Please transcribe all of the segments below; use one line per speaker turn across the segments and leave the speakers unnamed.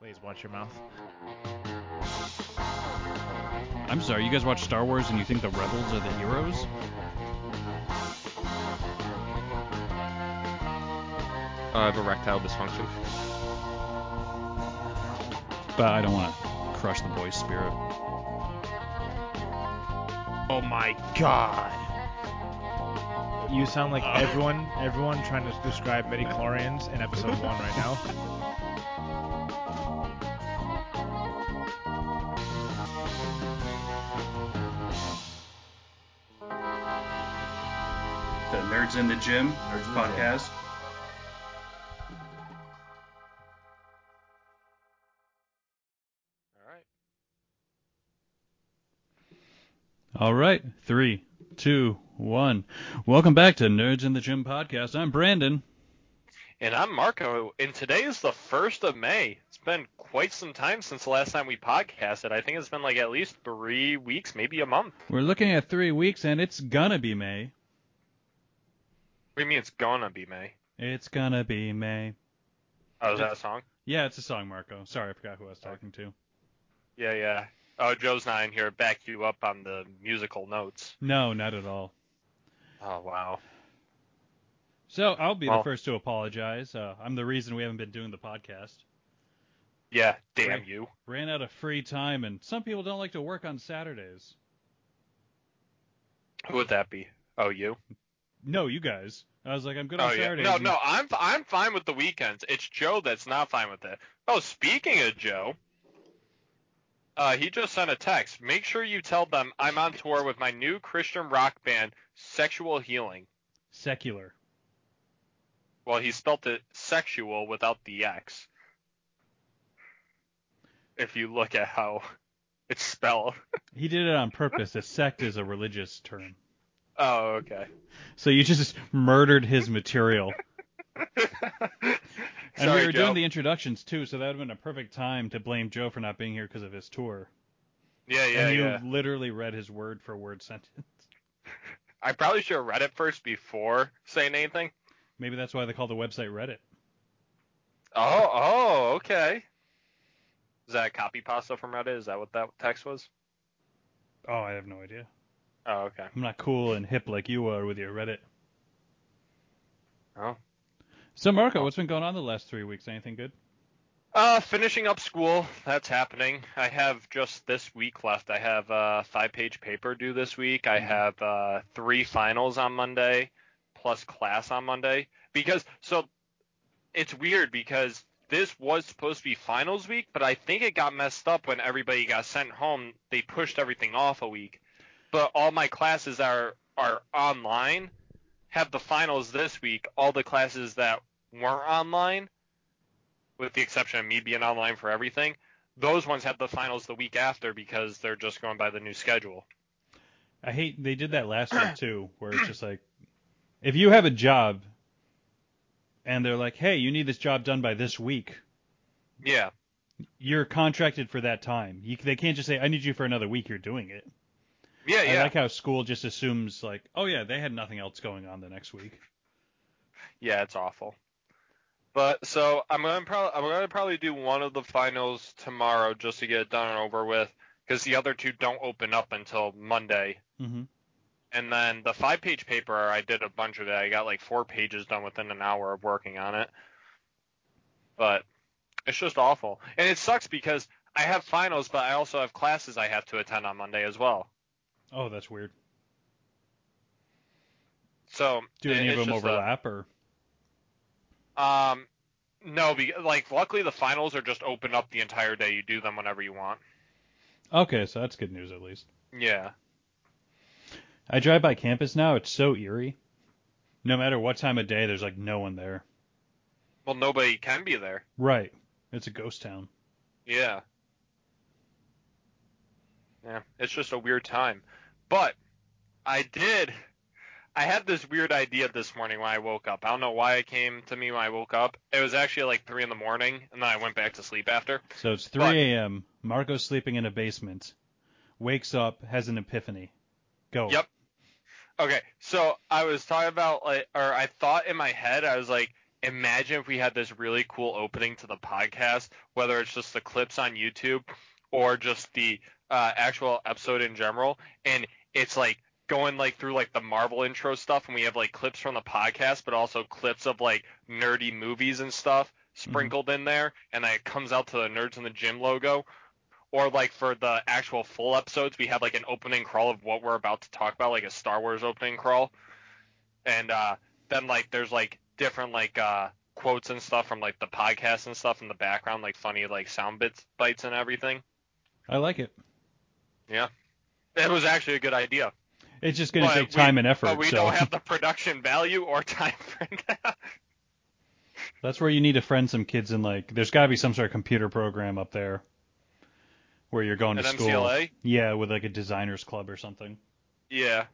Please watch your mouth.
I'm sorry, you guys watch Star Wars and you think the rebels are the heroes?
I have uh, erectile dysfunction.
But I don't want to crush the boy's spirit.
Oh my god. You sound like everyone everyone trying to describe midichlorians in episode 1 right now.
The Nerds in the Gym Nerds podcast.
All right.
All right, three, two, one. Welcome back to Nerds in the Gym podcast. I'm Brandon.
And I'm Marco, and today is the 1st of May. It's been quite some time since the last time we podcasted. I think it's been like at least three weeks, maybe a month.
We're looking at three weeks and it's gonna be May.
What do you mean it's gonna be May?
It's gonna be May.
Oh, is that a song?
Yeah, it's a song, Marco. Sorry, I forgot who I was talking to.
Yeah, yeah. Oh, Joe's not in here. to Back you up on the musical notes.
No, not at all.
Oh, wow.
So I'll be the
Well-
first to apologize. Uh, I'm the reason we haven't been doing the podcast.
Yeah, damn
Right.
you.
Ran out of free time, and some people don't like to work on Saturdays.
Who would that be? Oh, you?
No, you guys. I was like, I'm good on
Oh yeah.
Saturdays.
No,
and-
no, I'm I'm fine with the weekends. It's Joe that's not fine with it. Oh, speaking of Joe, uh, he just sent a text. Make sure you tell them I'm on tour with my new Christian rock band, Sexual Healing.
Secular.
Well, he spelt it sexual without the X. If you look at how it's spelled.
He did it on purpose. A sect is a religious term.
Oh, okay.
So you just murdered his material. And
Sorry,
we were
Joe.
doing the introductions too, so that would have been a perfect time to blame Joe for not being here because of his tour.
yeah, yeah,
and you
yeah.
literally read his word for word sentence.
I probably should have read it first before saying anything.
Maybe that's why they call the website Reddit.
Oh, oh, okay. Is that a copy pasta from Reddit? Is that what that text was?
Oh, I have no idea.
Oh, okay.
I'm not cool and hip like you are with your Reddit.
Oh.
So Marco, what's been going on the last three weeks? Anything good?
Uh, finishing up school. That's happening. I have just this week left. I have a five-page paper due this week. I have uh, three finals on Monday, plus class on Monday. Because so, it's weird because this was supposed to be finals week, but I think it got messed up when everybody got sent home. They pushed everything off a week. But all my classes are are online. Have the finals this week. All the classes that weren't online with the exception of me being online for everything, those ones have the finals the week after because they're just going by the new schedule.
I hate they did that last year too, where it's just like, if you have a job, and they're like, hey, you need this job done by this week,
Yeah.
you're contracted for that time. You, they can't just say, I need you for another week. You're doing it.
Yeah, yeah.
I like how school just assumes like, oh yeah, they had nothing else going on the next week.
yeah, it's awful. But so I'm gonna probably I'm gonna probably do one of the finals tomorrow just to get it done and over with because the other two don't open up until Monday.
Mm-hmm.
And then the five page paper, I did a bunch of that. I got like four pages done within an hour of working on it. But it's just awful. And it sucks because I have finals, but I also have classes I have to attend on Monday as well.
Oh, that's weird.
So
Do
it-
any of
it's
them
just a-
overlap or?
um, no, be, like luckily the finals are just open up the entire day. You do them whenever you want.
Okay, so that's good news at least.
Yeah.
I drive by campus now. It's so eerie. No matter what time of day, there's like no one there.
Well, nobody can be there.
Right. It's a ghost town.
Yeah. Yeah, it's just a weird time. But I did I had this weird idea this morning when I woke up. I don't know why it came to me when I woke up. It was actually like three in the morning and then I went back to sleep after.
So it's 3
Right.
a.m. Marco's sleeping in a basement. Wakes up, has an epiphany. Go.
Yep. Okay, so I was talking about like or I thought in my head, I was like, imagine if we had this really cool opening to the podcast, whether it's just the clips on YouTube or just the uh, actual episode in general, and it's like going like through like the Marvel intro stuff, and we have like clips from the podcast, but also clips of like nerdy movies and stuff sprinkled in there, and then it comes out to the Nerds in the Gym logo. Or like for the actual full episodes, we have like an opening crawl of what we're about to talk about, like a Star Wars opening crawl, and uh, then like there's like different like uh quotes and stuff from like the podcast and stuff in the background like funny like sound bits bites and everything
I like it.
it was actually a good idea
It's just going to
But
take
we-
time and effort.
but we
so
don't have the production value or time for that
that's where you need to friend some kids and like. There's got to be some sort of computer program up there where you're going
at
to school.
mcla
Yeah, with like a designers club or something.
yeah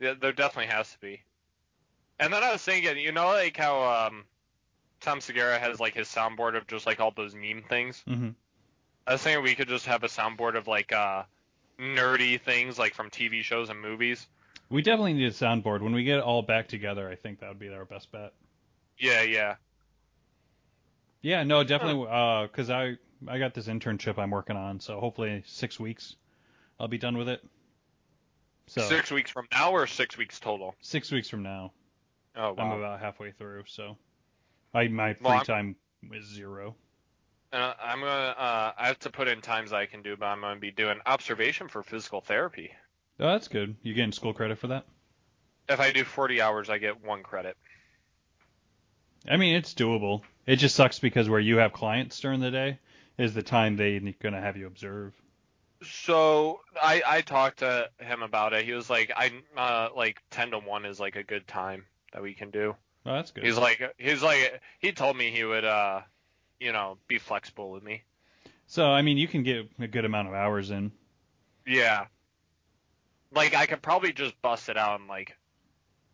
yeah there definitely has to be and then i was thinking you know like how um tom segura has like his soundboard of just like all those meme things
Mm-hmm.
I was thinking we could just have a soundboard of like uh nerdy things like from TV shows and movies.
We definitely need a soundboard. When we get all back together, I think that would be our best bet.
Yeah, yeah.
Yeah, no, definitely. uh 'cause I I got this internship I'm working on, so hopefully six weeks I'll be done with it. So
Six weeks from now or six weeks total?
six weeks from now,
Oh
I'm about halfway through. So I my free
Well, I'm-
time is zero.
Uh, I'm gonna uh I have to put in times I can do, but I'm gonna be doing observation for physical therapy.
Oh, that's good. You getting school credit for that?
If I do 40 hours, I get one credit.
I mean, it's doable. It just sucks because where you have clients during the day is the time they're gonna have you observe.
So I I talked to him about it. He was like I uh like 10 to one is like a good time that we can do.
Oh, that's good.
He's like he's like he told me he would uh you know be flexible with me.
So I mean, you can get a good amount of hours in.
Yeah. Like I could probably just bust it out in like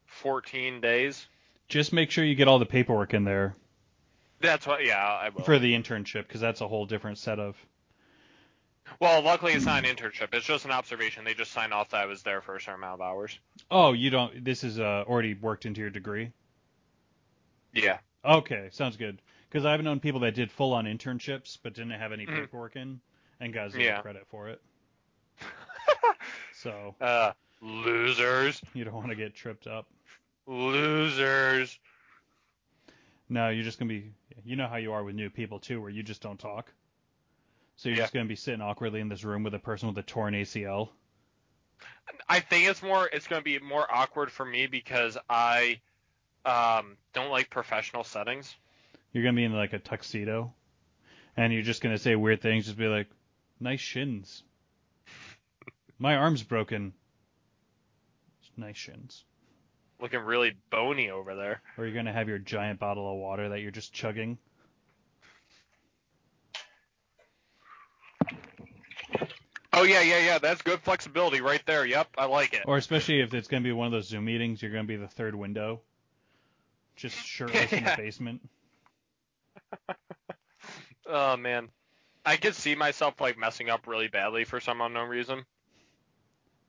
14 days.
Just make sure you get all the paperwork in there
That's what. Yeah, I will.
for the internship because that's a whole different set of.
well, luckily it's not an internship. It's just an observation. They just sign off that I was there for a certain amount of hours.
Oh, you don't. This is uh, already worked into your degree.
Yeah.
Okay, sounds good. Because I've known people that did full-on internships but didn't have any
Mhm.
paperwork in and got zero
Yeah.
credit for it. so
Uh, losers,
you don't want to get tripped up.
losers.
No, you're just gonna be. You know how you are with new people too, where you just don't talk. So you're
Yeah.
just gonna be sitting awkwardly in this room with a person with a torn ACL.
I think it's more. It's going to be more awkward for me because I um don't like professional settings.
You're gonna be in like a tuxedo, and you're just gonna say weird things. Just be like, "Nice shins." My arm's broken. Nice shins.
Looking really bony over there.
Or you're gonna have your giant bottle of water that you're just chugging.
Oh yeah, yeah, yeah. That's good flexibility right there. Yep, I like it.
Or especially if it's gonna be one of those Zoom meetings, you're gonna be the third window, just shirtless in the
Yeah.
basement.
Oh man, I could see myself like messing up really badly for some unknown reason.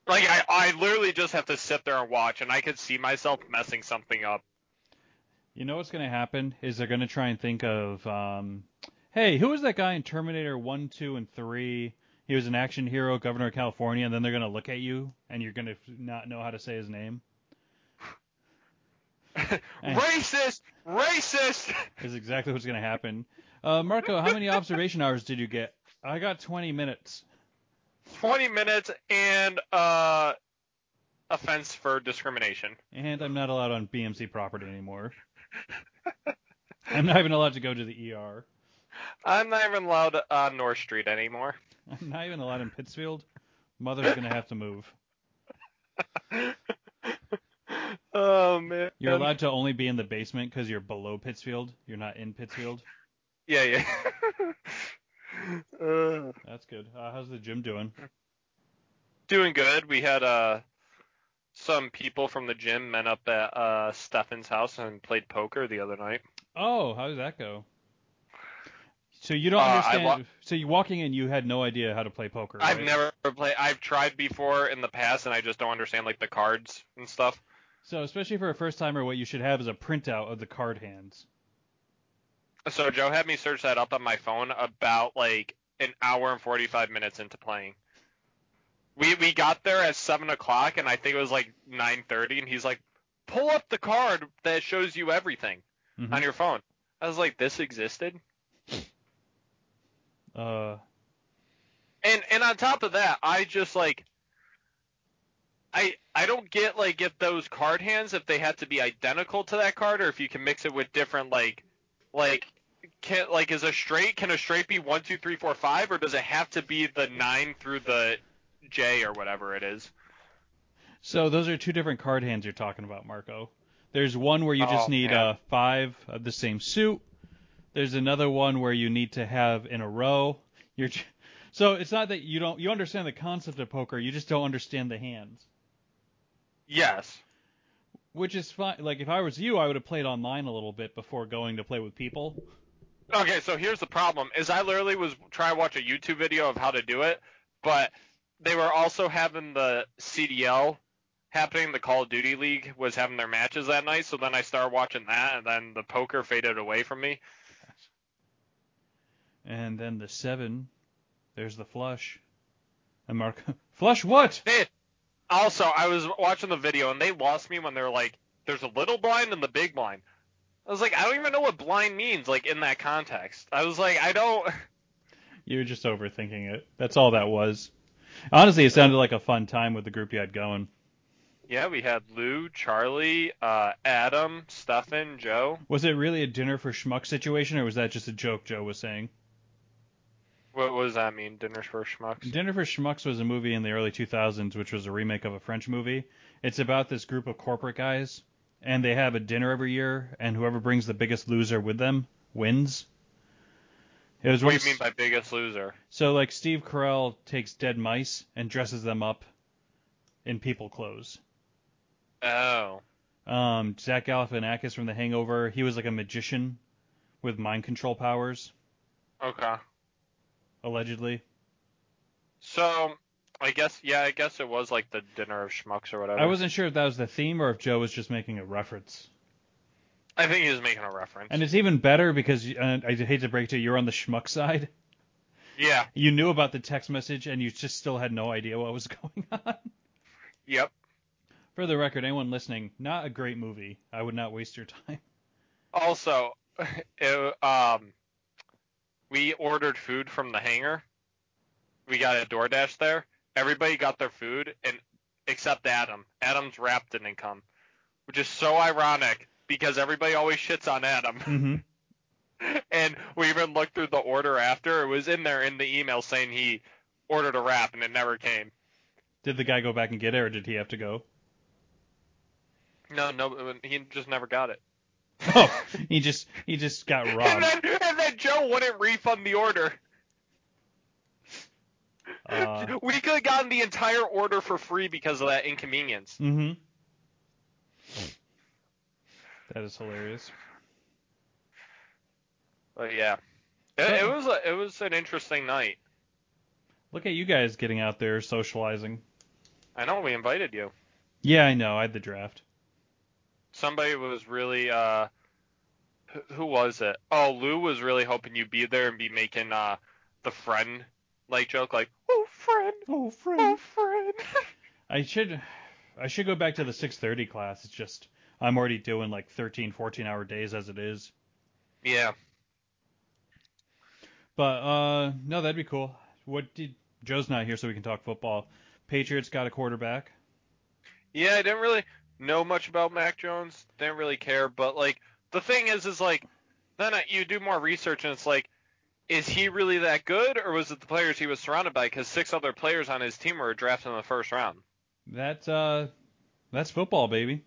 Like I, I literally just have to sit there and watch, and I could see myself messing something up.
You know what's going to happen is they're going to try and think of, um, hey, who was that guy in Terminator 1, 2, and 3? He was an action hero, governor of California, and then they're going to look at you, and you're going to not know how to say his name. And-
Racist, racist.
Is exactly what's going to happen. Uh, Marco, how many observation hours did you get? I got 20 minutes.
Twenty minutes and uh, offense for discrimination.
And I'm not allowed on BMC property anymore. I'm not even allowed to go to the ER.
I'm not even allowed on North Street anymore.
I'm not even allowed in Pittsfield. Mother's going to have to move.
Oh man.
You're allowed to only be in the basement because you're below Pittsfield. You're not in Pittsfield.
Yeah, yeah. uh.
That's good. Uh, how's the gym doing?
doing good. We had uh some people from the gym met up at uh Stefan's house and played poker the other night.
Oh, how did that go? So you don't
Uh, I
understand.
wa-
so you walking in, you had no idea how to play poker.
I've
right?
never played. I've tried before in the past, and I just don't understand like the cards and stuff.
So especially for a first timer, what you should have is a printout of the card hands.
So Joe had me search that up on my phone about like an hour and 45 minutes into playing. We we got there at seven o'clock, and I think it was like 9:30, and he's like, "Pull up the card that shows you everything
Mhm.
on your phone." I was like, "This existed."
Uh,
And and on top of that, I just like I I don't get like if those card hands if they have to be identical to that card or if you can mix it with different like like can like is a straight can a straight be one two three four five or does it have to be the nine through the J or whatever it is?
so those are two different card hands you're talking about, Marco. There's one where you just
Oh,
need
man.
uh, five of the same suit. There's another one where you need to have in a row. You're j- so it's not that you don't you understand the concept of poker, you just don't understand the hands.
Yes.
Which is fine. Like if I was you, I would have played online a little bit before going to play with people.
Okay, so here's the problem: is I literally was trying to watch a YouTube video of how to do it, but they were also having the CDL happening. The Call of Duty League was having their matches that night, so then I started watching that, and then the poker faded away from me.
And then the seven, there's the flush. And Marco, flush what?
They, also, I was watching the video, and they lost me when they were like, "There's a little blind and the big blind." I was like, I don't even know what blind means, like in that context. I was like, I don't.
You were just overthinking it. That's all that was. Honestly, it sounded like a fun time with the group you had going.
Yeah, we had Lou, Charlie, uh, Adam, Stefan, Joe.
Was it really a dinner for schmuck situation, or was that just a joke Joe was saying?
What, what does that mean? Dinners for schmucks.
Dinner for Schmucks was a movie in the early 2000s, which was a remake of a French movie. It's about this group of corporate guys, and they have a dinner every year, and whoever brings the biggest loser with them wins. It was
What do
once-
you mean by biggest loser?
so like Steve Carell takes dead mice and dresses them up in people clothes.
Oh.
Um, Zach Galifianakis from The Hangover, he was like a magician with mind control powers,
Okay.
allegedly.
So I guess yeah, I guess it was like the dinner of schmucks or whatever.
I wasn't sure if that was the theme or if Joe was just making a reference.
I think he was making a reference.
And it's even better because uh, I hate to break it to you, you're on the schmuck side.
yeah.
You knew about the text message and you just still had no idea what was going on.
Yep.
For the record, anyone listening, not a great movie. I would not waste your time.
Also, it, um, we ordered food from the hangar. We got a DoorDash there. Everybody got their food, and except Adam. Adam's wrap didn't come, which is so ironic because everybody always shits on Adam.
Mm-hmm.
and we even looked through the order after it was in there in the email saying he ordered a wrap and it never came
Did the guy go back and get it or did he have to go?
no no he just never got it
Oh, he just he just got
and
robbed.
then, and then joe wouldn't refund the order
Uh,
we could have gotten the entire order for free because of that inconvenience
hmm That is hilarious.
but yeah it, it was a, it was an interesting night
Look at you guys getting out there socializing.
i know we invited you
Yeah, I know. I had the draft.
somebody was really uh who- who was it oh lou was really hoping you'd be there and be making uh the friend like joke like oh friend
Oh,
oh
friend.
friend
I should I should go back to the 6:30 class. It's just I'm already doing like 13, 14 hour days as it is.
yeah
But uh no, that'd be cool. What did Joe's not here so we can talk football. Patriots got a quarterback.
yeah i didn't really know much about mac jones didn't really care but like the thing is is like then I- you do more research and it's like is he really that good or was it the players he was surrounded by because six other players on his team were drafted in the first round
That's uh that's football, baby.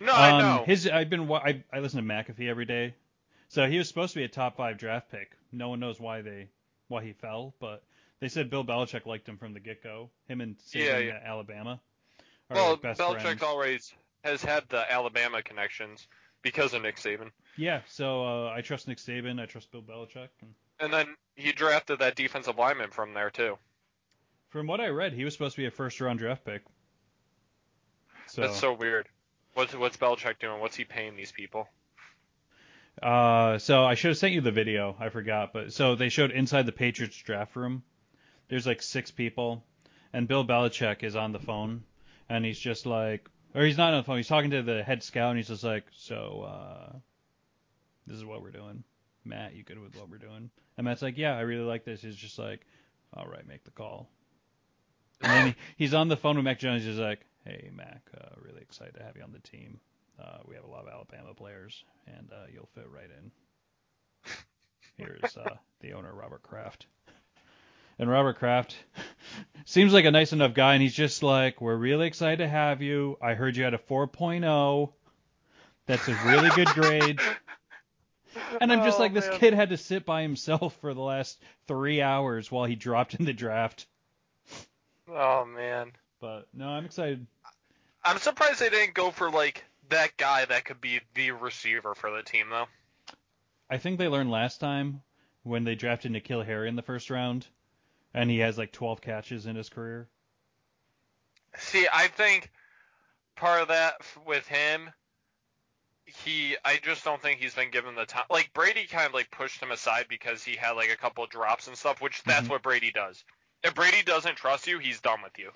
no i
Um,
know
His, I've been, wa- I, I listen to McAfee every day, so he was supposed to be a top five draft pick. No one knows why they, why he fell, but they said Bill Belichick liked him from the get go. Him and Saban
Yeah, yeah.
at Alabama are
well
like best
belichick
friends.
always has had the alabama connections because of nick saban
Yeah, so uh, I trust Nick Saban. I trust Bill Belichick. And
And then he drafted that defensive lineman from there too.
from what I read, he was supposed to be a first round draft pick. So,
That's so weird. What's what's Belichick doing? What's he paying these people?
Uh, so I should have sent you the video. I forgot, but so they showed inside the Patriots draft room. There's like six people, and Bill Belichick is on the phone, and he's just like, or he's not on the phone. He's talking to the head scout, and he's just like, so uh, this is what we're doing. Matt, you good with what we're doing? And Matt's like, yeah, I really like this. He's just like, all right, make the call. And then he, he's on the phone with Mac Jones. He's like, hey Mac, uh, really excited to have you on the team. Uh, we have a lot of Alabama players, and uh, you'll fit right in. Here's uh, the owner, Robert Kraft. And Robert Kraft seems like a nice enough guy, and he's just like, We're really excited to have you. I heard you had a 4.0. That's a really good grade. And I'm just
Oh,
like, This
man.
kid had to sit by himself for the last three hours while he dropped in the draft.
Oh man,
But no, I'm excited.
I'm surprised they didn't go for like that guy that could be the receiver for the team though.
I think they learned last time when they drafted Nikhil Harry in the first round, and he has like 12 catches in his career.
See, I think part of that f- with him, he I just don't think he's been given the time. Like Brady kind of like pushed him aside because he had like a couple of drops and stuff, which that's
Mhm.
what Brady does. If Brady doesn't trust you, he's done with you.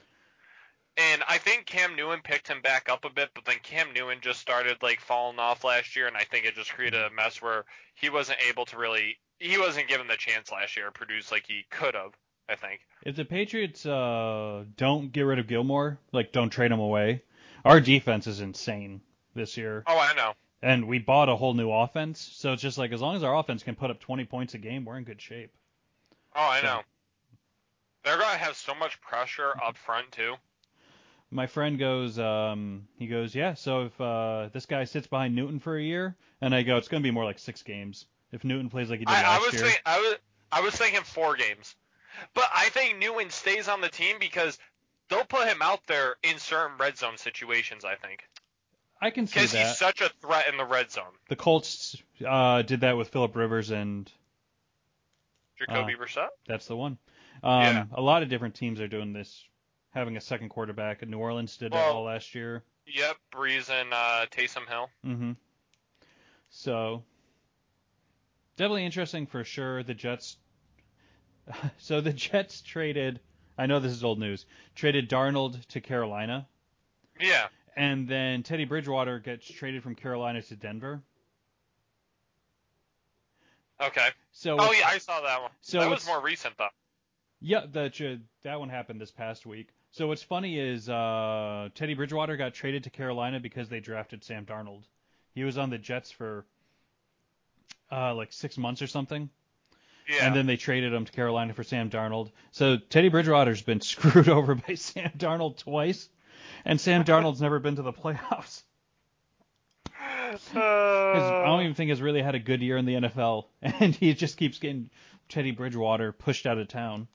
And I think Cam Newton picked him back up a bit, but then Cam Newton just started like falling off last year, and I think it just created a mess where he wasn't able to really, he wasn't given the chance last year to produce like he could have. I think.
If the Patriots uh, don't get rid of Gilmore, like don't trade him away, our defense is insane this year,
Oh, I know.
and we bought a whole new offense. So it's just like as long as our offense can put up 20 points a game, we're in good shape.
Oh, I
So- Mm-hmm.
know. They're gonna have so much pressure up front too.
My friend goes, um, he goes, yeah. So if uh, this guy sits behind Newton for a year, and I go, it's gonna be more like six games. If Newton plays like he did
I, I
last
was
year,
think, I was I was thinking four games, but I think Newton stays on the team because they'll put him out there in certain red zone situations. I think
I can see
because
that.
he's such a threat in the red zone.
The Colts uh, did that with Philip Rivers, and
Jacoby
Uh,
Brissett.
that's the one. Um,
Yeah.
A lot of different teams are doing this, having a second quarterback. And New Orleans did that
Well-
all last year.
Yep, Breeze and uh, Taysom Hill.
hmm So definitely interesting for sure. The Jets. So the Jets traded. I know this is old news. Traded Darnold to Carolina,
Yeah,
and then Teddy Bridgewater gets traded from Carolina to Denver.
okay.
So
Oh yeah, I saw that one.
so
that was
it's-
more recent though.
Yeah, that should, that one happened this past week. So what's funny is uh, Teddy Bridgewater got traded to Carolina because they drafted Sam Darnold. He was on the Jets for uh, like six months or something,
Yeah.
and then they traded him to Carolina for Sam Darnold. So Teddy Bridgewater's been screwed over by Sam Darnold twice, and Sam Darnold's never been to the playoffs. Has- I don't even think has really had a good year in the NFL, and he just keeps getting Teddy Bridgewater pushed out of town.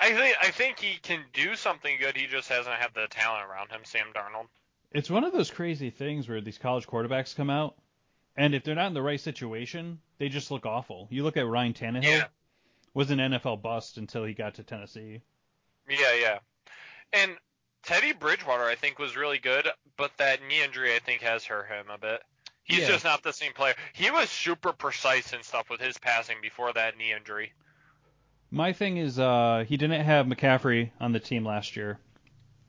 I think I think he can do something good. He just hasn't had the talent around him. Sam Darnold.
It's one of those crazy things where these college quarterbacks come out, and if they're not in the right situation, they just look awful. You look at Ryan Tannehill,
Yeah.
was an NFL bust until he got to Tennessee.
Yeah, yeah. And Teddy Bridgewater, I think, was really good, but that knee injury, I think, has hurt him a bit. He's
Yeah.
just not the same player. He was super precise and stuff with his passing before that knee injury.
My thing is, uh, he didn't have McCaffrey on the team last year,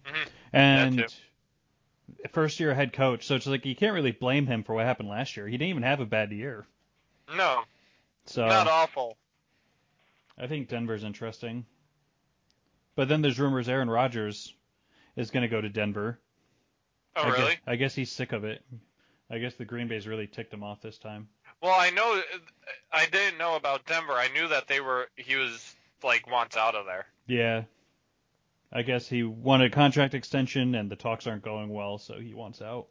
Mhm.
and
That
first year head coach, so it's like you can't really blame him for what happened last year. He didn't even have a bad year,
No,
so
not awful.
I think Denver's interesting. But then there's rumors Aaron Rodgers is going to go to Denver.
Oh,
I guess-
really?
I guess he's sick of it. I guess the Green Bay's really ticked him off this time.
Well, I know, I didn't know about Denver. I knew that they were. He was like wants out of there.
Yeah. I guess he wanted a contract extension and the talks aren't going well, so he wants out.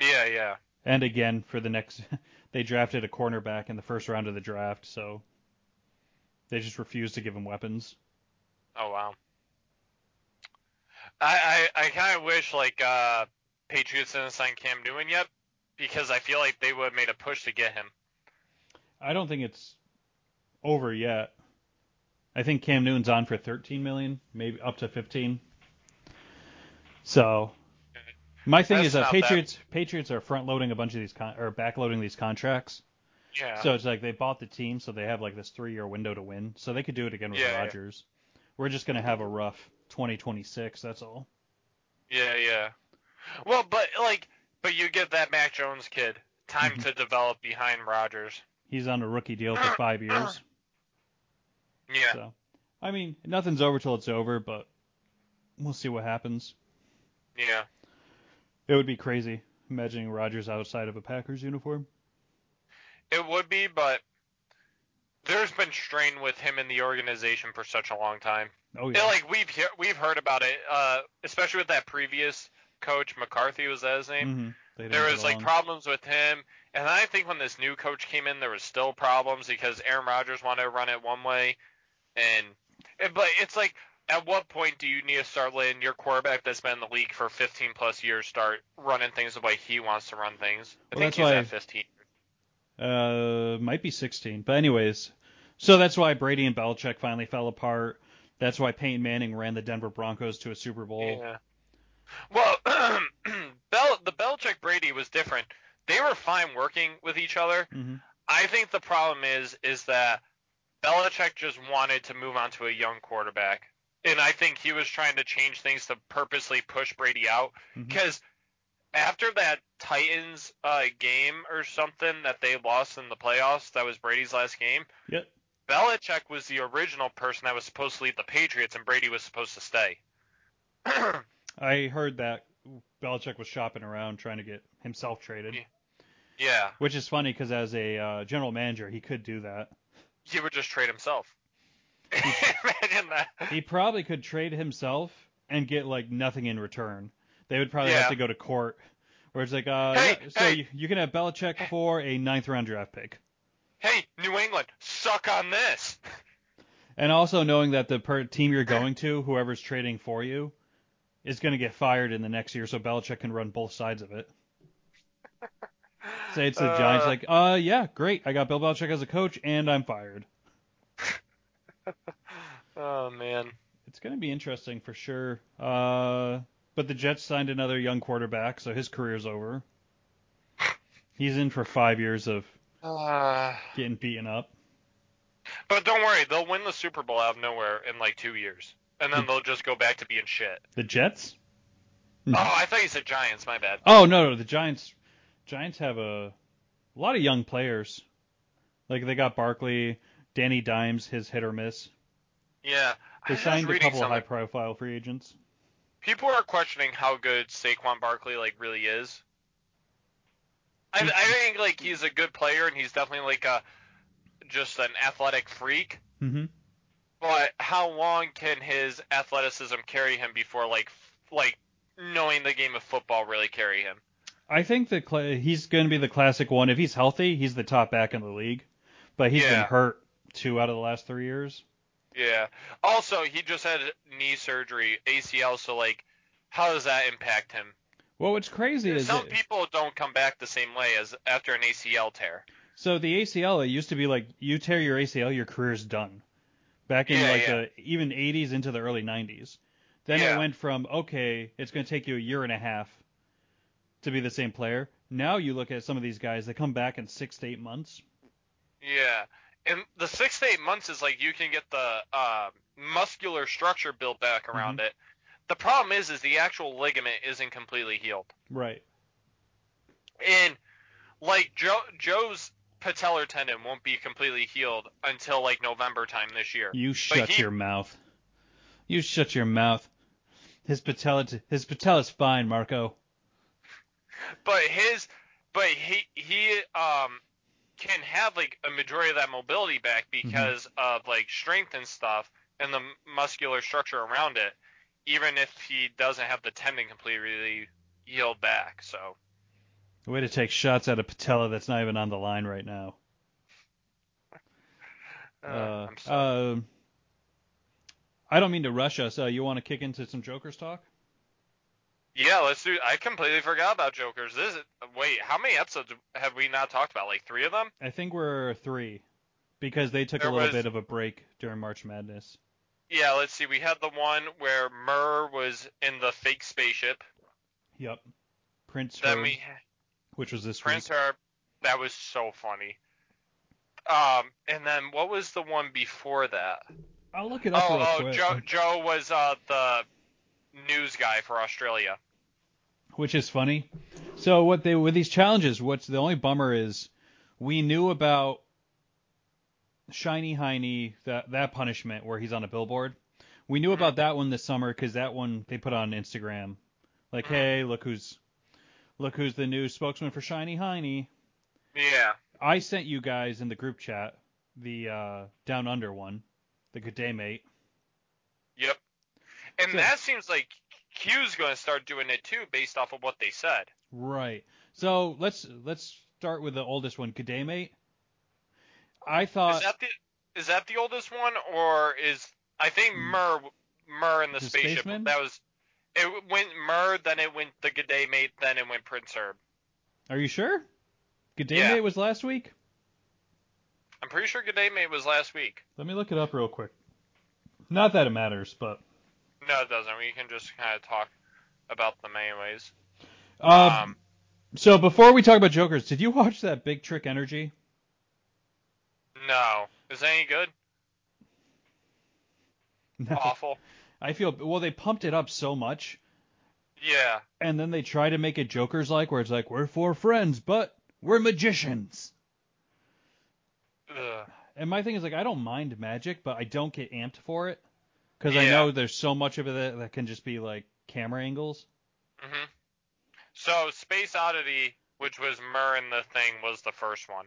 Yeah, yeah.
And again, for the next, they drafted a cornerback in the first round of the draft, so they just refused to give him weapons.
Oh wow. I I, I kind of wish like uh Patriots didn't sign Cam Newton yet because I feel like they would have made a push to get him.
I don't think it's over yet. I think Cam Newton's on for 13 million, maybe up to 15. So My thing
That's
is that
not that-
Patriots Patriots are front loading a bunch of these con- or back loading these contracts.
Yeah.
So it's like they bought the team, so they have like this three year window to win. So they could do it again with
Yeah, yeah.
Rodgers. We're just gonna have a rough 2026. That's all.
Yeah, yeah. Well, but like, but you give that Mac Jones kid time
Mm-hmm.
to develop behind Rodgers.
He's on a rookie deal for five years.
Yeah.
So, I mean, nothing's over till it's over, but we'll see what happens.
Yeah.
It would be crazy imagining Rodgers outside of a Packers uniform.
It would be, but there's been strain with him in the organization for such a long time.
Oh
Yeah,
yeah,
like we've he- we've heard about it, uh, especially with that previous coach McCarthy was that his name.
hmm They didn't
There
get
was like
along.
problems with him, and I think when this new coach came in, there was still problems because Aaron Rodgers wanted to run it one way, and, and but it's like, at what point do you need to start letting your quarterback that's been in the league for 15 plus years start running things the way he wants to run things? I
Well,
think
that's
he's
why-
at 15.
Uh, might be 16. But anyways, so that's why Brady and Belichick finally fell apart. That's why Peyton Manning ran the Denver Broncos to a Super Bowl.
Yeah. Well, Bel- the Belichick Brady was different. They were fine working with each other.
Mhm.
I think the problem is is that Belichick just wanted to move on to a young quarterback, and I think he was trying to change things to purposely push Brady out
Mhm.
because after that Titans uh, game or something that they lost in the playoffs, that was Brady's last game.
Yep.
Belichick was the original person that was supposed to lead the Patriots, and Brady was supposed to stay.
I heard that Belichick was shopping around trying to get himself traded,
Yeah. yeah.
which is funny because as a uh, general manager, he could do that.
he would just trade himself. Imagine that.
He probably could trade himself and get like nothing in return. They would probably
Yeah.
have to go to court, where it's like, uh,
Hey,
yeah, so
hey.
you, you can have Belichick for a ninth round draft pick.
Hey, New England, suck on this.
And also knowing that the per- team you're going to, whoever's trading for you, is going to get fired in the next year, so Belichick can run both sides of it. Say it's the Giants,
Uh,
like, uh, yeah, great. I got Bill Belichick as a coach, and I'm fired.
Oh man.
It's going to be interesting for sure. Uh, but the Jets signed another young quarterback, so his career's over. He's in for five years of
Uh,
getting beaten up.
but don't worry, they'll win the Super Bowl out of nowhere in like two years, and then they'll just go back to being shit.
The Jets?
Oh,
No.
I thought you said Giants. My bad.
Oh no, no, the Giants. Giants have a, a lot of young players. Like they got Barkley, Danny Dimes, his hit or miss.
Yeah. I
They
was just
signed a
reading
couple of
something.
high-profile free agents.
People are questioning how good Saquon Barkley like really is. I,
He-
I think like he's a good player and he's definitely like a just an athletic freak.
Mm-hmm.
But how long can his athleticism carry him before like f- like knowing the game of football really carry him?
I think that cla he's going to be the classic one. If he's healthy, he's the top back in the league. But he's been
Yeah.
hurt two out of the last three years.
Yeah. Also, he just had knee surgery, ACL, so like how does that impact him?
Well, what's crazy is
Some
it-
people don't come back the same way as after an ACL tear.
so the ACL. It used to be like you tear your ACL, your career's done. Back in
Yeah,
like
yeah.
the even 80s into the early 90s. Then
Yeah.
it went from okay, it's going to take you a year and a half to be the same player. Now you look at some of these guys; they come back in six to eight months.
Yeah. And the six to eight months is like you can get the uh, muscular structure built back around it. The problem is, is the actual ligament isn't completely healed.
Right.
And like Joe Joe's patellar tendon won't be completely healed until like November time this year.
You shut
he-
your mouth. You shut your mouth. His patella, his patella's fine, Marco.
But his but he he um can have like a majority of that mobility back because of like strength and stuff and the m- muscular structure around it even if he doesn't have the tendon completely healed back. So
Way to take shots at a patella that's not even on the line right now.
uh,
Uh,
I'm sorry.
uh, I don't mean to rush us. Uh, you want to kick into some Joker's talk?
yeah, let's do I completely forgot about Jokers. This is, wait, how many episodes have we not talked about? Like 3 of them?
I think we're three because they took
There
a little
was-
bit of a break during March Madness.
Yeah, let's see. We had the one where Murr was in the fake spaceship.
Yep. Prince
Then
Herb,
we ha-
which was this
Prince
week.
Herb. That was so funny. Um, and then what was the one before that?
I'll look it up real
Oh, oh,
quick.
Joe, Joe was uh, the news guy for Australia.
which is funny. So what they with these challenges, what's the only bummer is we knew about Shiny Heiny that that punishment where he's on a billboard. We knew about that one this summer because that one they put on Instagram, like, hey, look who's look who's the new spokesman for Shiny Heiny.
Yeah.
I sent you guys in the group chat the uh, Down Under one, the Good Day Mate.
Yep. And
Yeah.
that seems like Q's going to start doing it too, based off of what they said.
Right. So let's let's start with the oldest one, Good Day Mate. I thought
is that the is that the oldest one, or is I think Mur Mur in the,
Hmm. The
spaceship?
spaceman?
That was it went Mur, then it went the Good Day Mate, then it went Prince Herb.
Are you sure? Good day
Yeah.
mate was last week.
I'm pretty sure Good Day Mate was last week.
Let me look it up real quick. Not that it matters, but
No, it doesn't. We can just kind of talk about them anyways.
uh,
Um,
so before we talk about Jokers, did you watch that Big Trick Energy?
no, is that any good?
No.
Awful.
I feel well they pumped it up so much,
Yeah.
and then they try to make it Jokers like, where it's like we're four friends, but we're magicians.
Ugh.
And my thing is like I don't mind magic, but I don't get amped for it because I
Yeah.
know there's so much of it that, that can just be like camera angles.
hmm So Space Oddity, which was Mur in the thing, was the first one,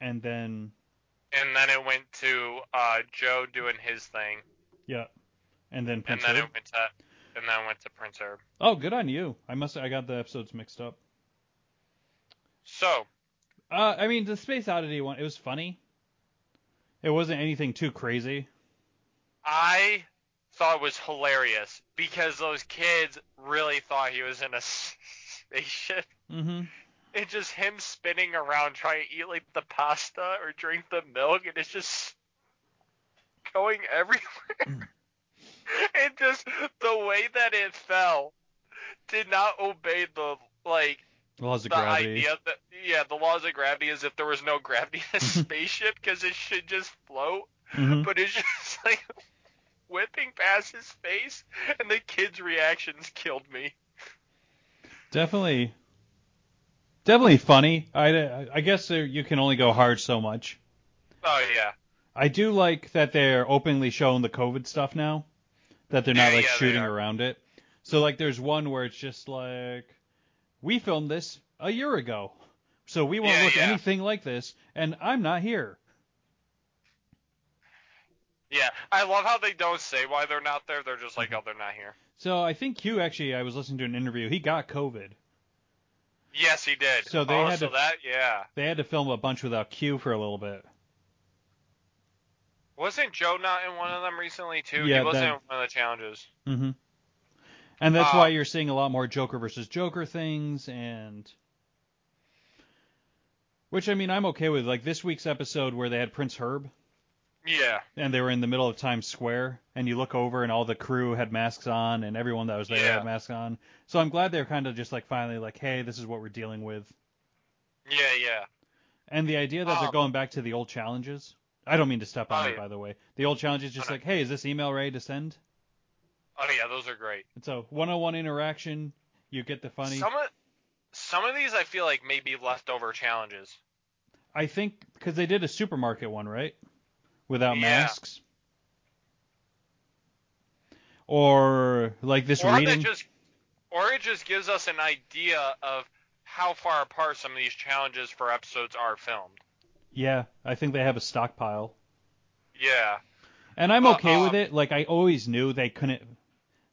And then
and then it went to uh, Joe doing his thing,
yeah, and then
and
Prince
then
Herb.
it went to and then it went to Prince Herb.
Oh, good on you. I must I got the episodes mixed up.
So
Uh, I mean, the Space Oddity one, it was funny. It wasn't anything too crazy.
I thought it was hilarious because those kids really thought he was in a s- spaceship.
Mm-hmm.
It's just him spinning around trying to eat like the pasta or drink the milk, and it's just going everywhere. and just the way that it fell did not obey the like
Laws of
the
gravity.
idea that yeah the laws of gravity is if there was no gravity in a spaceship because it should just float
Mhm.
but it's just like whipping past his face, and the kid's reactions killed me.
Definitely, definitely funny. I, I- I guess there- you can only go hard so much.
Oh yeah,
I do like that they're openly showing the COVID stuff now. That they're not
Yeah,
like
yeah, they
shooting
are.
around it. So like, there's one where it's just like, we filmed this a year ago, so we won't
Yeah,
look
yeah.
anything like this, and I'm not here.
yeah. I love how they don't say why they're not there. They're just like,
Mm-hmm.
oh, they're not here.
So I think Q actually, I was listening to an interview. He got COVID.
Yes, he did.
So they
oh,
had
so
to-
that yeah.
They had to film a bunch without Q for a little bit.
Wasn't Joe not in one of them recently too?
Yeah,
he wasn't
that-
in one of the challenges.
Mm-hmm. And that's
Uh,
why you're seeing a lot more Joker versus Joker things, and which I mean I'm okay with. Like this week's episode where they had Prince Herb
Yeah,
and they were in the middle of Times Square, and you look over and all the crew had masks on, and everyone that was there
Yeah.
had masks on. So I'm glad they're kind of just like finally like, hey, this is what we're dealing with.
yeah, yeah.
And the idea that they're
Um,
going back to the old challenges. I don't mean to step on
Oh,
it,
yeah.
by the way. The old challenges, just
Oh, no.
like, hey, is this email ready to send?
Oh yeah, those are great.
It's a one-on-one interaction. You get the funny.
Some of some of these I feel like may be leftover challenges.
I think because they did a supermarket one, right? Without
Yeah.
masks. Or like this
or
reading.
that just or it just gives us an idea of how far apart some of these challenges for episodes are filmed.
Yeah, I think they have a stockpile,
Yeah.
and I'm
Uh,
okay
um,
with it. Like I always knew they couldn't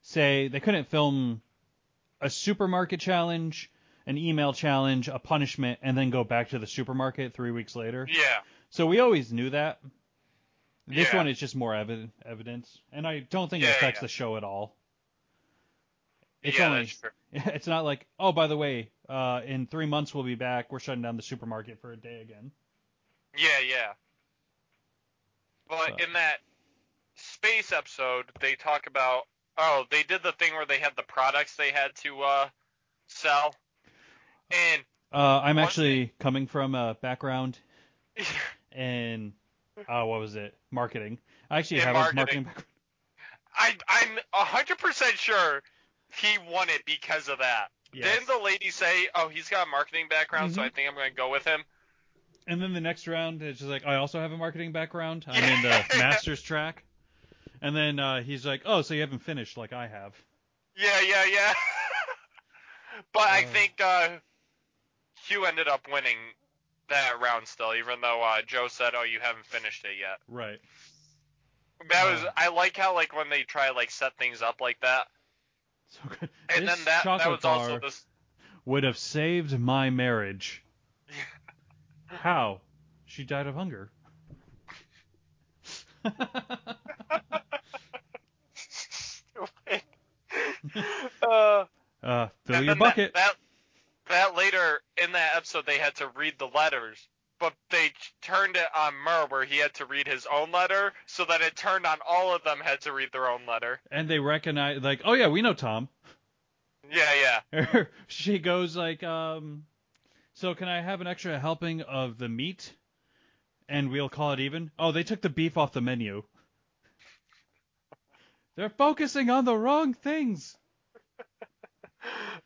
say they couldn't film a supermarket challenge, an email challenge, a punishment, and then go back to the supermarket three weeks later.
Yeah.
So we always knew that. This
Yeah.
one is just more evident, evidence, and I don't think it
Yeah,
affects
yeah.
the show at all. It's
yeah,
only,
that's true.
it's not like, oh, by the way, uh, in three months we'll be back. We're shutting down the supermarket for a day again.
Yeah, yeah. But
So-
in that space episode, they talk about oh, they did the thing where they had the products they had to uh sell. And
Uh, I'm
One
actually coming from a background in uh, what was it? Marketing. I actually
In
have a marketing
Mm-hmm. marketing.
background.
I, I'm 100% sure he won it because of that. Didn't the lady say, oh, he's got a marketing background, so I think I'm going to go with him?
And then the next round, it's just like I also have a marketing background. I'm in the master's track. And then uh, he's like, "Oh, so you haven't finished like I have."
Yeah, yeah, yeah. but I
Uh.
think uh, Hugh ended up winning that round still, even though uh, Joe said, oh, you haven't finished it yet.
Right.
That was,
Uh.
I like how, like, when they try, like, set things up like that.
So good.
And
this
then that, that
chocolate
was also
bar
this.
would have saved my marriage. How? She died of hunger.
uh,
uh, fill
And
your
then that-
bucket.
That, that later in that episode, they had to read the letters, but they ch- turned it on Murr, where he had to read his own letter, so that it turned on all of them had to read their own letter.
And they recognize, like, oh yeah, we know Tom.
Yeah, yeah.
she goes like, um, so can I have an extra helping of the meat? And we'll call it even. Oh, they took the beef off the menu. They're focusing on the wrong things.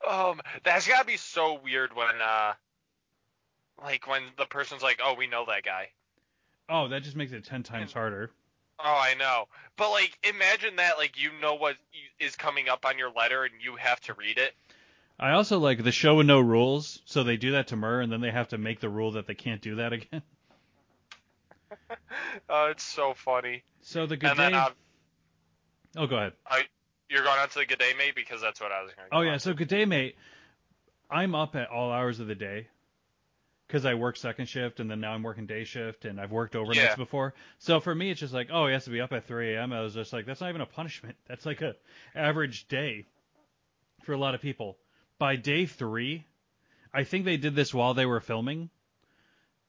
Um, that's gotta be so weird when, uh, like when the person's like, "Oh, we know that guy."
Oh, that just makes it ten times harder.
Oh, I know. But like, imagine that, like, you know what y- is coming up on your letter, and you have to read it.
I also like the show with no rules, so they do that to Murr, and then they have to make the rule that they can't do that again.
Oh, it's so funny.
So the good
and
day.
then uh,
oh, go ahead.
you're going on to the good day, mate, because that's what I was going.
Oh yeah, so good day, mate. I'm up at all hours of the day because I work second shift, and then now I'm working day shift, and I've worked overnights
Yeah.
before. So for me, it's just like, oh, he has to be up at 3 a.m. I was just like, that's not even a punishment. That's like a average day for a lot of people. By day three, I think they did this while they were filming,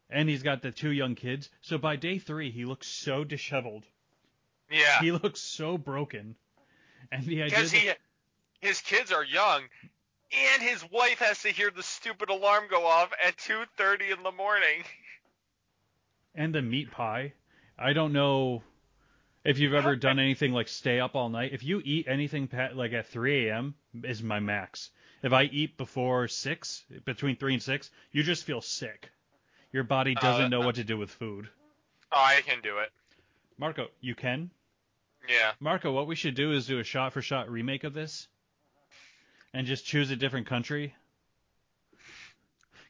and he's got the two young kids. So by day three, he looks so disheveled.
Yeah.
He looks so broken, and the idea
because
that-
he his kids are young and his wife has to hear the stupid alarm go off at 2:30 in the morning.
and the meat pie. I don't know if you've ever done anything like stay up all night. If you eat anything pa- like at 3 a.m. is my max. If I eat before six, between three and six, you just feel sick. Your body
Oh,
doesn't
that-
know what to do with food.
Oh, I can do it.
Marco, you can.
Yeah.
Marco, what we should do is do a shot for shot remake of this, and just choose a different country.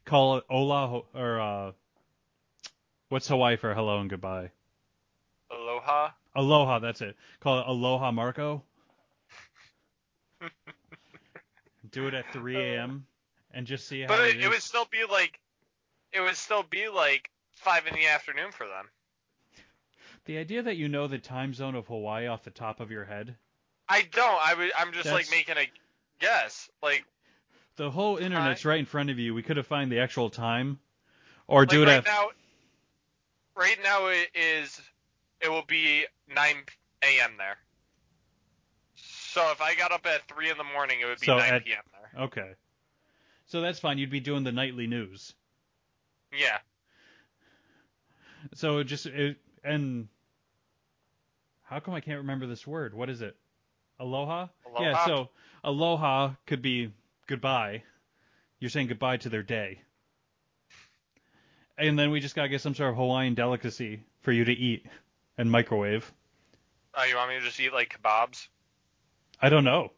Call it Ola or uh, what's Hawaii for hello and goodbye.
Aloha.
Aloha, that's it. Call it Aloha Marco. Do it at 3 a.m. and just see how
Uh, But
it
it,
is.
it would still be like it would still be like 5 in the afternoon for them.
The idea that you know the time zone of Hawaii off the top of your head.
I don't. I would I'm just like
That's-
making a guess. Like
The whole internet's right in front of you. We could have found the actual time, or do it
like right
at
now right now it is it will be 9 a.m. there. So if I got up at 3 in the morning, it would be
So
9
at-
p.m. there.
okay. So that's fine. You'd be doing the nightly news.
Yeah.
So it just it, and how come I can't remember this word? What is it? Aloha? Yeah,
Aloha.
so aloha could be goodbye. You're saying goodbye to their day. And then we just got to get some sort of Hawaiian delicacy for you to eat and microwave.
Oh, you want me to just eat like kebabs?
I don't know.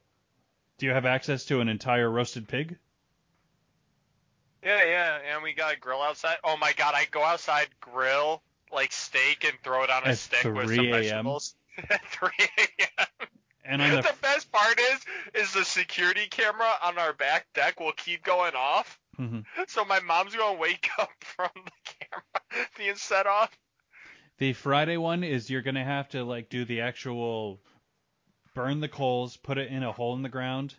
Do you have access to an entire roasted pig?
Yeah, yeah. And we got a grill outside. Oh my god, I go outside, grill like steak, and throw it on a
At
stick with
3
some
a.m..
vegetables. At 3 a.m.
And on the,
the best part is, is the security camera on our back deck will keep going off.
Mhm.
So my mom's gonna wake up from the camera being set off.
the Friday one is you're going to have to like do the actual burn the coals, put it in a hole in the ground,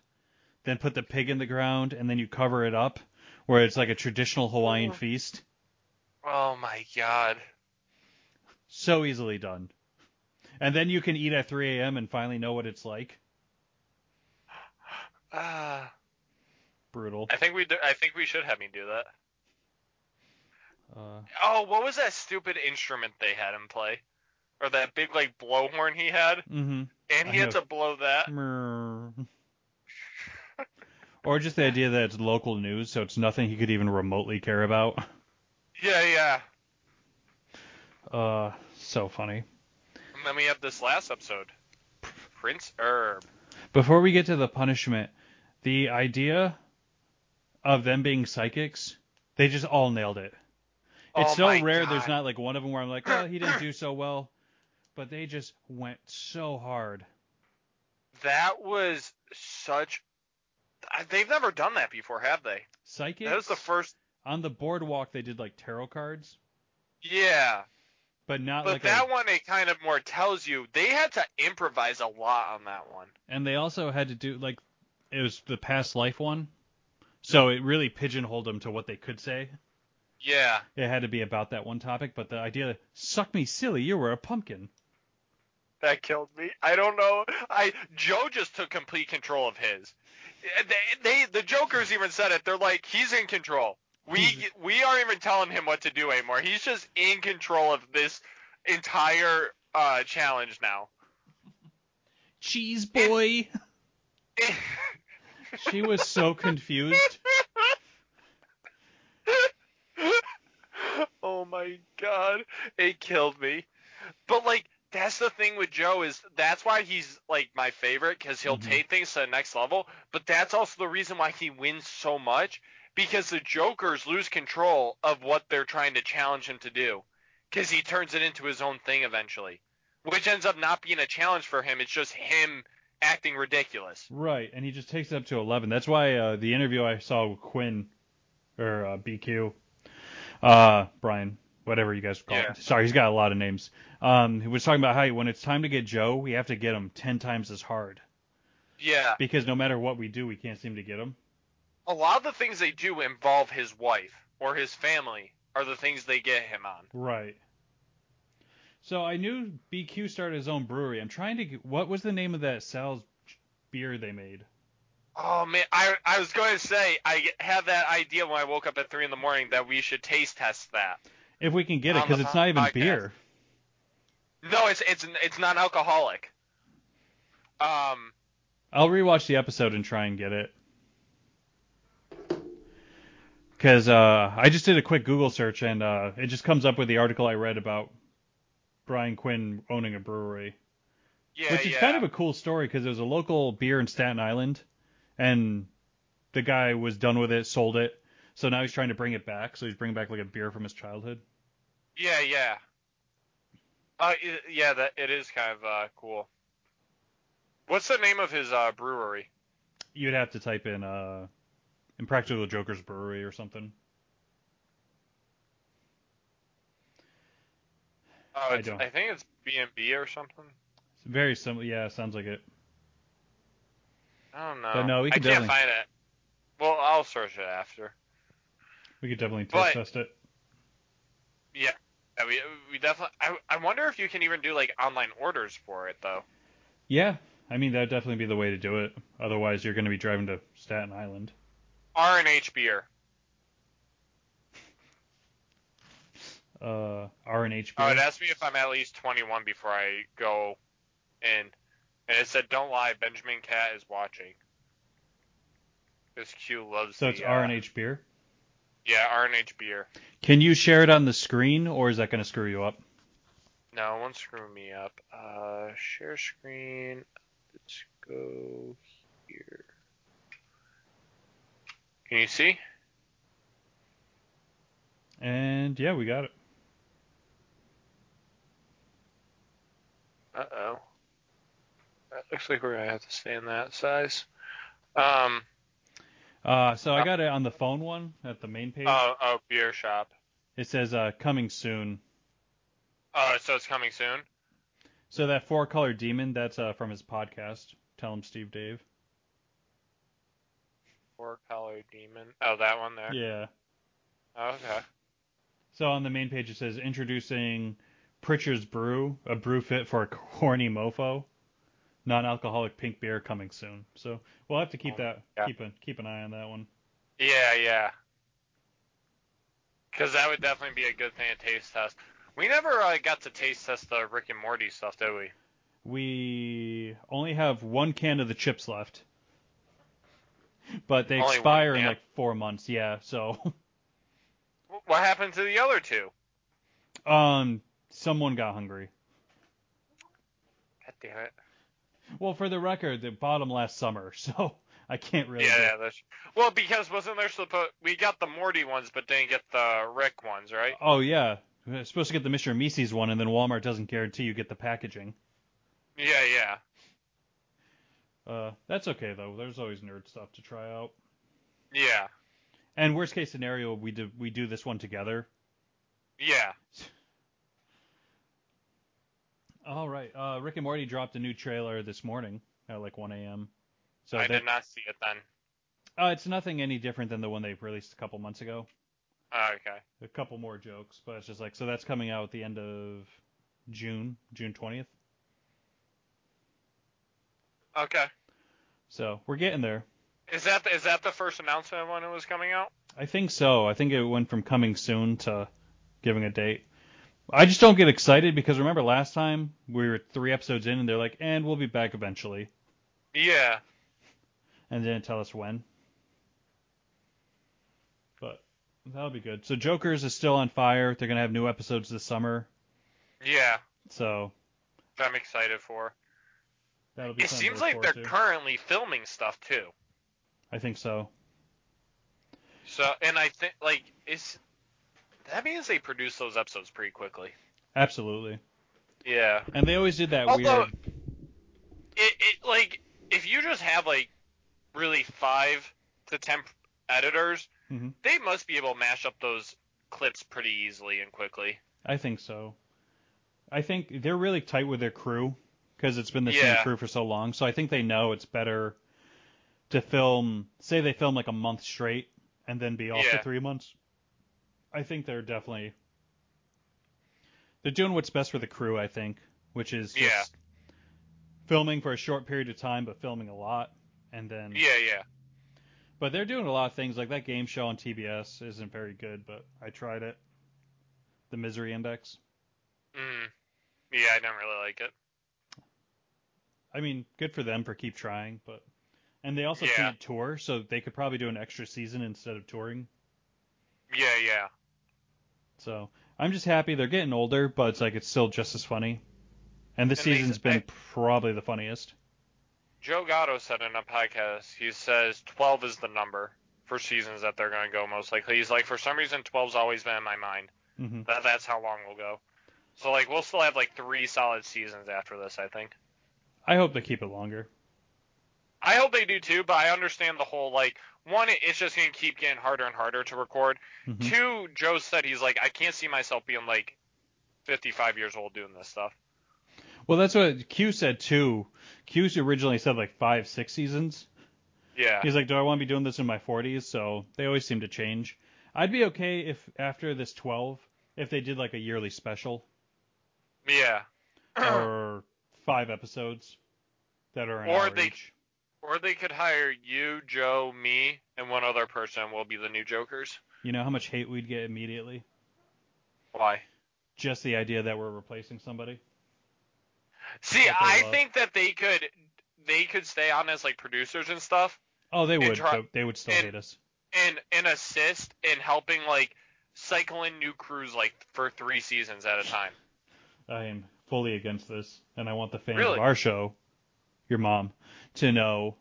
then put the pig in the ground and then you cover it up where it's like a traditional Hawaiian feast.
Oh my god.
So easily done. And then you can eat at 3 a.m. and finally know what it's like.
Ah.
Brutal.
I think we do, I think we should have me do that.
Uh,
Oh, what was that stupid instrument they had him play? Or that big like blowhorn he had?
mm-hmm.
And
I
he had
know.
to blow that.
Mer. or just the idea that it's local news, so it's nothing he could even remotely care about.
Yeah, yeah.
Uh, so funny.
And then we have this last episode. Prince Herb.
Before we get to the punishment, the idea of them being psychics, they just all nailed it. It's
Oh
so
my
rare there's
God.
not like one of them where I'm like, oh, he didn't do so well. But they just went so hard.
That was such. I- They've never done that before, have they?
Psychics
That was the first.
on the boardwalk they did like tarot cards,
Yeah,
but not
but
like
that
a,
one it kind of more tells you they had to improvise a lot on that one.
and they also had to do like it was the past life one. So it really pigeonholed them to what they could say.
Yeah,
It had to be about that one topic, but the idea suck me silly, you were a pumpkin.
that killed me. I don't know. I Joe just took complete control of his. They, they the Joker's even said it. They're like he's in control. We
He's-
we aren't even telling him what to do anymore. He's just in control of this entire uh, challenge now.
Cheese boy. she was so confused.
oh my god, it killed me. But like that's the thing with Joe is that's why he's like my favorite because he'll
Mhm.
take things to the next level. But that's also the reason why he wins so much because the Jokers lose control of what they're trying to challenge him to do because he turns it into his own thing eventually, which ends up not being a challenge for him. It's just him acting ridiculous.
Right, and he just takes it up to 11. That's why uh, the interview I saw with Quinn, or uh, BQ, uh, Brian, whatever you guys call
Yeah.
it. Sorry, he's got a lot of names. Um, he was talking about how when it's time to get Joe, we have to get him 10 times as hard.
Yeah.
Because no matter what we do, we can't seem to get him.
a lot of the things they do involve his wife or his family are the things they get him on.
Right. So I knew BQ started his own brewery. I'm trying to. Get, what was the name of that Sal's beer they made?
Oh man, I I was going to say I had that idea when I woke up at three in the morning that we should taste test that.
If we can get it,
On
because
the
it's not even
podcast.
beer.
No, it's it's it's non alcoholic. Um,
I'll rewatch the episode and try and get it. Because uh, I just did a quick Google search and uh, it just comes up with the article I read about Brian Quinn owning a brewery,
yeah,
which is
yeah.
kind of a cool story because there's a local beer in Staten Island, and the guy was done with it, sold it, so now he's trying to bring it back. So he's bringing back like a beer from his childhood.
yeah, yeah. Uh, i- yeah, that it is kind of uh cool. What's the name of his uh brewery?
You'd have to type in uh, Impractical Jokers Brewery or something.
Oh,
I
it's,
don't.
I think it's B and B or something.
It's very similar. Yeah, sounds like it.
I don't know.
But no, we can
I can't
definitely-
find it. Well, I'll search it after.
We could definitely
But-
taste test it.
Yeah, we we definitely. I, I wonder if you can even do like online orders for it though.
Yeah, I mean that'd definitely be the way to do it. Otherwise, you're going to be driving to Staten Island.
R and H beer.
Uh, R and H.
Oh, it
beer.
asked me if I'm at least 21 before I go in, and it said, "Don't lie, Benjamin Cat is watching." Because Q loves.
So it's
the,
R and
uh,
H beer.
Yeah, R and H beer.
Can you share it on the screen, or is that going to screw you up?
No, it won't screw me up. Uh, share screen. Let's go here. Can you see?
And yeah, we got it.
Uh oh. That looks like we're gonna have to stay in that size. Um.
Uh, so I got it on the phone one at the main page.
Oh, oh, beer shop.
It says uh, coming soon.
Oh, so it's coming soon.
So that four color demon, that's uh, from his podcast. Tell him Steve Dave.
Four color demon. Oh, that one there.
Yeah.
Oh, okay.
So on the main page it says introducing Pritchard's Brew, a brew fit for a horny mofo, non-alcoholic pink beer coming soon. So we'll have to keep that
Oh, Yeah.
keep an keep an eye on that one.
Yeah, yeah. Because that would definitely be a good thing to taste test. We never uh, got to taste test the Rick and Morty stuff, did we?
We only have one can of the chips left. But they
Only one
expire in
can?
like four months, yeah. So
Wh- What happened to the other two?
um someone got hungry.
God damn it.
Well, for the record, they bought 'em last summer, so I can't really
Yeah, yeah. That's... Well, because wasn't there supposed we got the Morty ones, but didn't get the Rick ones, right?
Oh yeah. We're supposed to get the Mr. Mises one and then Walmart doesn't guarantee you get the packaging.
Yeah, yeah.
Uh that's okay though. There's always nerd stuff to try out.
Yeah.
And worst case scenario, we do we do this one together.
Yeah.
All right. Uh, Rick and Morty dropped a new trailer this morning at like 1 a.m. So
I
they-
did not see it then.
Uh, it's nothing any different than the one they released a couple months ago.
Oh, okay.
A couple more jokes, but it's just like so that's coming out at the end of June, June 20th.
Okay.
So we're getting there.
Is that is that the first announcement when it was coming out?
I think so. I think it went from coming soon to giving a date. I just don't get excited because remember last time we were three episodes in and they're like, and we'll be back eventually,
Yeah.
and they didn't tell us when. But that'll be good. So Joker's is still on fire. They're gonna have new episodes this summer,
Yeah.
so
Which I'm excited for.
that'll be.
It
something to look
seems like they're
forward to.
currently filming stuff too.
I think so.
So, and I think like it's that means they produce those episodes pretty quickly.
Absolutely.
Yeah.
And they always did that
Although-
weird.
It, it like if you just have like really five to ten editors,
Mhm.
they must be able to mash up those clips pretty easily and quickly.
I think so. I think they're really tight with their crew because it's been the same
Yeah.
crew for so long. So I think they know it's better to film. Say they film like a month straight and then be off for
Yeah.
three months. I think they're definitely they're doing what's best for the crew. I think, which is just
Yeah.
filming for a short period of time, but filming a lot, and then
Yeah, yeah.
but they're doing a lot of things like that game show on TBS isn't very good, but I tried it. The Misery Index.
Mm. Yeah, I don't really like it.
I mean, good for them for keep trying, but and they also
Yeah.
can't tour, so they could probably do an extra season instead of touring.
Yeah, yeah.
So I'm just happy they're getting older, but it's like it's still just as funny. And this
And they-
season's been
I-
probably the funniest.
Joe Gatto said in a podcast, he says 12 is the number for seasons that they're going to go most likely. He's like, for some reason, 12's always been in my mind.
hmm
That, that's how long we'll go. So, like, we'll still have, like, three solid seasons after this, I think.
I hope they keep it longer.
I hope they do too, but I understand the whole, like, one, it's just going to keep getting harder and harder to record.
Mhm.
Two, Joe said he's like, I can't see myself being, like, 55 years old doing this stuff.
Well, that's what Q said too. Q's originally said like five, six seasons.
Yeah.
He's like, do I want to be doing this in my 40s? So they always seem to change. I'd be okay if after this 12, if they did like a yearly special.
Yeah.
or five episodes that are an
Or
hour
they-
each.
Or they could hire you, Joe, me, and one other person will be the new Jokers.
You know how much hate we'd get immediately?
Why?
Just the idea that we're replacing somebody.
See,
Like they
I
love-
think that they could they could stay on as like producers and stuff
Oh, they
They
would.
try-
but they would still
and-
hate us.
and and assist in helping like cycle in new crews like for 3 seasons at a time.
I am fully against this, and I want the fans
Really?
of our show, your mom, to know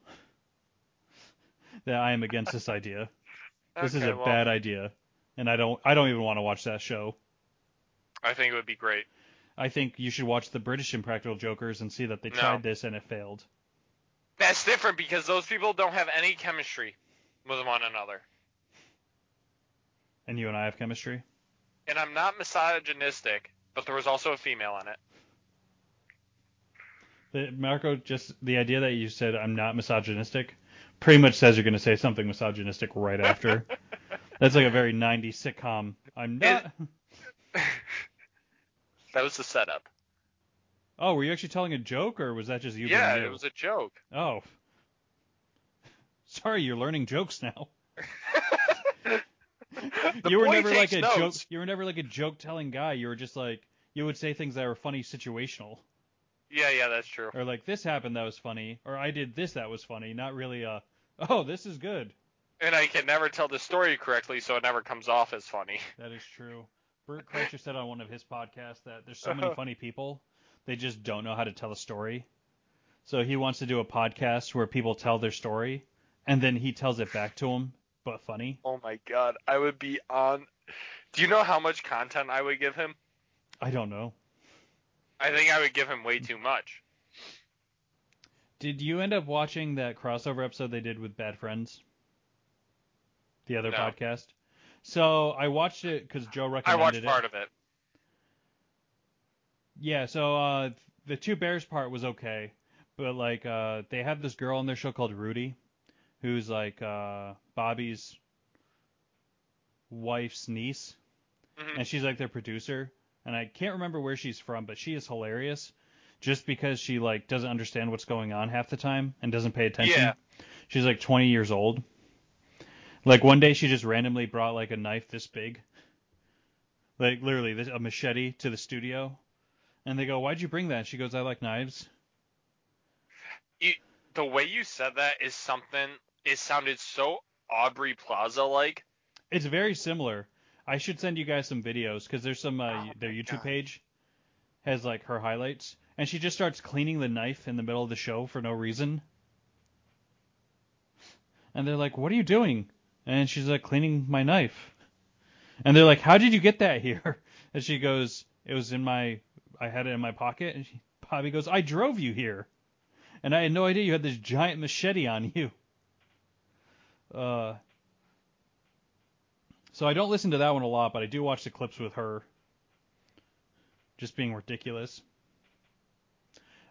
that I am against this idea. This is
Okay,
a
well,
bad idea, and I don't. I don't even want to watch that show.
I think it would be great.
I think you should watch the British Impractical Jokers and see that they
No.
tried this and it failed.
That's different because those people don't have any chemistry with one another.
And you and I have chemistry.
And I'm not misogynistic, but there was also a female in
The,
it.
Marco, just the idea that you said I'm not misogynistic pretty much says you're going to say something misogynistic right after. That's like a very 90s sitcom. I'm not.
That was the setup.
Oh, were you actually telling a joke or was that just you? being
yeah,
you?
it was a joke.
Oh. Sorry, you're learning jokes now.
The
you were
boy
never like
takes
a joke.
notes.
You were never like a joke telling guy. You were just like you would say things that were funny situational,
Yeah, yeah, that's true.
or like this happened that was funny, or I did this that was funny. Not really a oh this is good.
And I can never tell the story correctly, so it never comes off as funny.
That is true. Bert Kreischer said on one of his podcasts that there's so many funny people, they just don't know how to tell a story. So he wants to do a podcast where people tell their story, and then he tells it back to them, but funny.
Oh my god, I would be on. Do you know how much content I would give him?
I don't know.
I think I would give him way too much.
Did you end up watching that crossover episode they did with Bad Friends? The other
No.
podcast. So I watched it because Joe
I
recommended
watched
it.
part of it.
Yeah, so uh, the two bears part was okay, but like uh, they have this girl on their show called Rudy, who's like uh, Bobby's wife's niece,
Mhm.
and she's like their producer. And I can't remember where she's from, but she is hilarious, just because she like doesn't understand what's going on half the time and doesn't pay attention.
Yeah.
She's like 20 years old. Like one day she just randomly brought like a knife this big, like literally this, a machete to the studio, and they go, "Why'd you bring that?" She goes, "I like knives."
The way you said that is something. It sounded so Aubrey Plaza like.
It's very similar. I should send you guys some videos because there's some uh,
Oh
their
my
YouTube
God.
page has like her highlights, and she just starts cleaning the knife in the middle of the show for no reason. And they're like, "What are you doing?" And she's like, "Cleaning my knife." And they're like, "How did you get that here?" And she goes, "It was in my, I had it in my pocket." And she, Bobby goes, "I drove you here, and I had no idea you had this giant machete on you." Uh, so I don't listen to that one a lot, but I do watch the clips with her, just being ridiculous.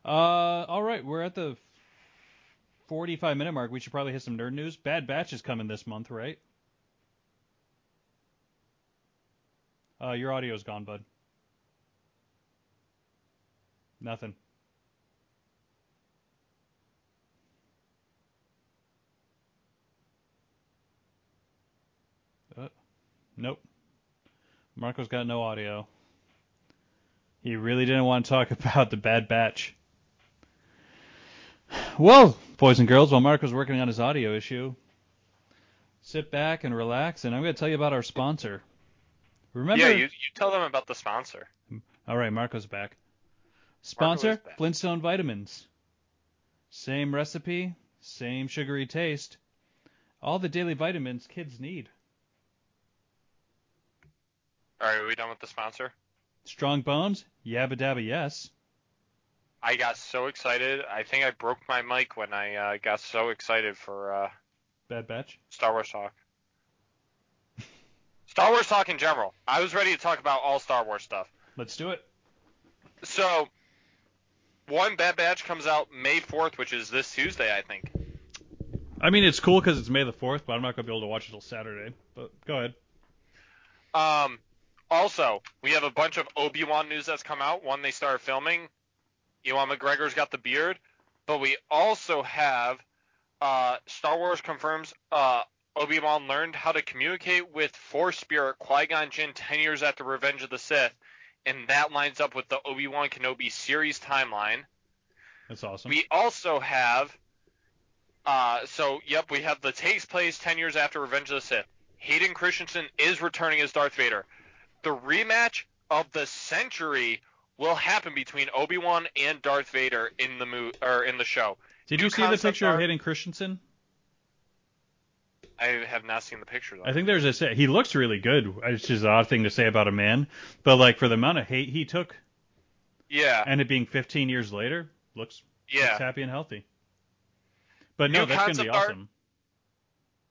Uh, all right, we're at the 45 minute mark. We should probably hit some nerd news. Bad Batch is coming this month, right? Uh, your audio's gone, bud. Nothing. Uh, nope. Marco's got no audio. He really didn't want to talk about the Bad Batch. Well, boys and girls, while Marco's working on his audio issue, sit back and relax, and I'm going to tell you about our sponsor. Remember,
Yeah, you, you tell them about the sponsor.
all right, Marco's back. Sponsor
back.
Flintstone Vitamins. Same recipe, same sugary taste. All the daily vitamins kids need.
All right, are we done with the sponsor?
Strong bones? Yabba dabba yes.
I got so excited. I think I broke my mic when I uh, got so excited for uh,
Bad batch.
Star Wars talk. Star Wars talk in general. I was ready to talk about all Star Wars stuff.
Let's do it.
So, one Bad Batch comes out May 4th, which is this Tuesday, I think.
I mean, it's cool because it's May the 4th, but I'm not going to be able to watch it till Saturday. But go ahead.
Um, also, we have a bunch of Obi Wan news that's come out. One, they started filming. Ewan McGregor's got the beard, but we also have uh, Star Wars confirms uh, Obi Wan learned how to communicate with Force Spirit Qui Gon Jinn ten years after Revenge of the Sith, and that lines up with the Obi Wan Kenobi series timeline.
That's awesome.
We also have, uh, so yep, we have the takes place ten years after Revenge of the Sith. Hayden Christensen is returning as Darth Vader. The rematch of the century will happen between Obi Wan and Darth Vader in the mo- or in the show.
Did
new
you see the
concept
picture of
art.
Hayden Christensen?
I have not seen the picture though.
I think there's a sa- he looks really good, which is an odd thing to say about a man, but like for the amount of hate he took
yeah,
and it being 15 years later, looks looks
yeah.
happy and healthy. But no,
New
that's going to be
concept art.
awesome.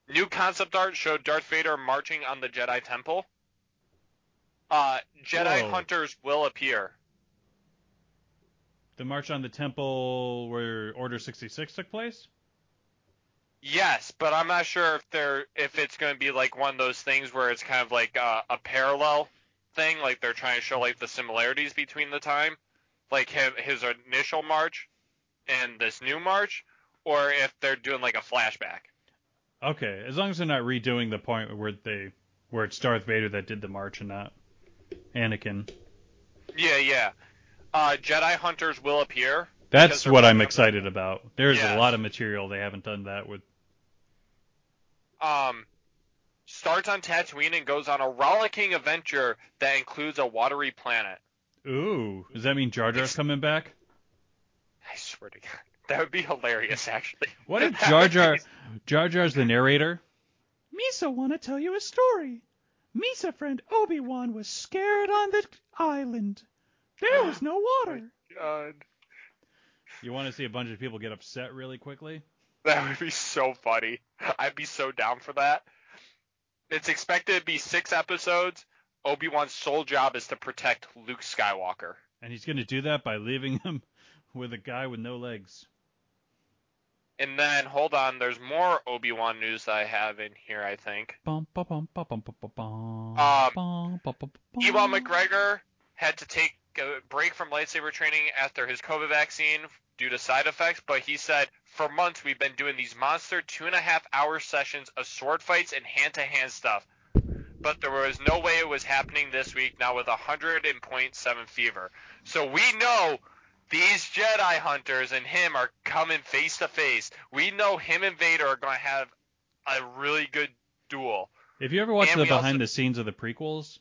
New concept art showed Darth Vader marching on the Jedi Temple. Uh, Jedi
Whoa.
hunters will appear.
The march on the temple where Order 66 took place.
Yes, but I'm not sure if they're if it's going to be like one of those things where it's kind of like uh, a parallel thing, like they're trying to show like the similarities between the time, like him, his initial march and this new march, or if they're doing like a flashback.
Okay, as long as they're not redoing the point where they where it's Darth Vader that did the march and not Anakin.
Yeah, yeah. Uh, Jedi hunters will appear. Because
That's
they're
what I'm
coming up-
excited about. There's
Yes.
a lot of material they haven't done that with.
Um, starts on Tatooine and goes on a rollicking adventure that includes a watery planet.
Ooh, does that mean Jar Jar's coming back?
I swear to God, that would be hilarious. Actually,
What if
That
Jar
would be-
Jar Jar Jar's the narrator? Misa wanna tell you a story. Misa friend Obi Wan was scared on the island. There was no water.
God,
You wanna see a bunch of people get upset really quickly?
that would be so funny. I'd be so down for that. It's expected to be six episodes. Obi Wan's sole job is to protect Luke Skywalker.
And he's gonna do that by leaving him with a guy with no legs.
And then hold on, there's more Obi Wan news that I have in here. I think.
Bum, ba, bum, ba, bum, ba, ba, bum.
Um,
Bum, ba, ba, ba, bum.
Ewan McGregor had to take a break from lightsaber training after his COVID vaccine due to side effects, but he said, For months, we've been doing these monster two and a half hour sessions of sword fights and hand to hand stuff. But there was no way it was happening this week now with a 100.7 fever. So we know these Jedi hunters and him are coming face to face. We know him and Vader are going to have a really good duel.
If you ever watch
And
the
we also-
behind the scenes of the prequels,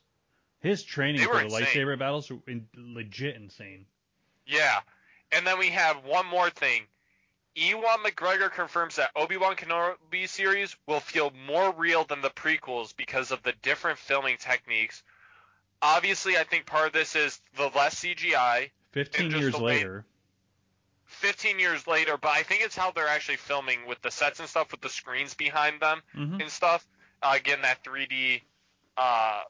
his training
They
for
were
the
insane.
lightsaber battles were in, legit insane.
Yeah. And then we have one more thing. Ewan McGregor confirms that Obi-Wan Kenobi series will feel more real than the prequels because of the different filming techniques. Obviously, I think part of this is the less CGI
15
And just
years
the way-
later,
15 years later, but I think it's how they're actually filming with the sets and stuff with the screens behind them
Mhm.
and stuff. Uh, again, that 3D uh,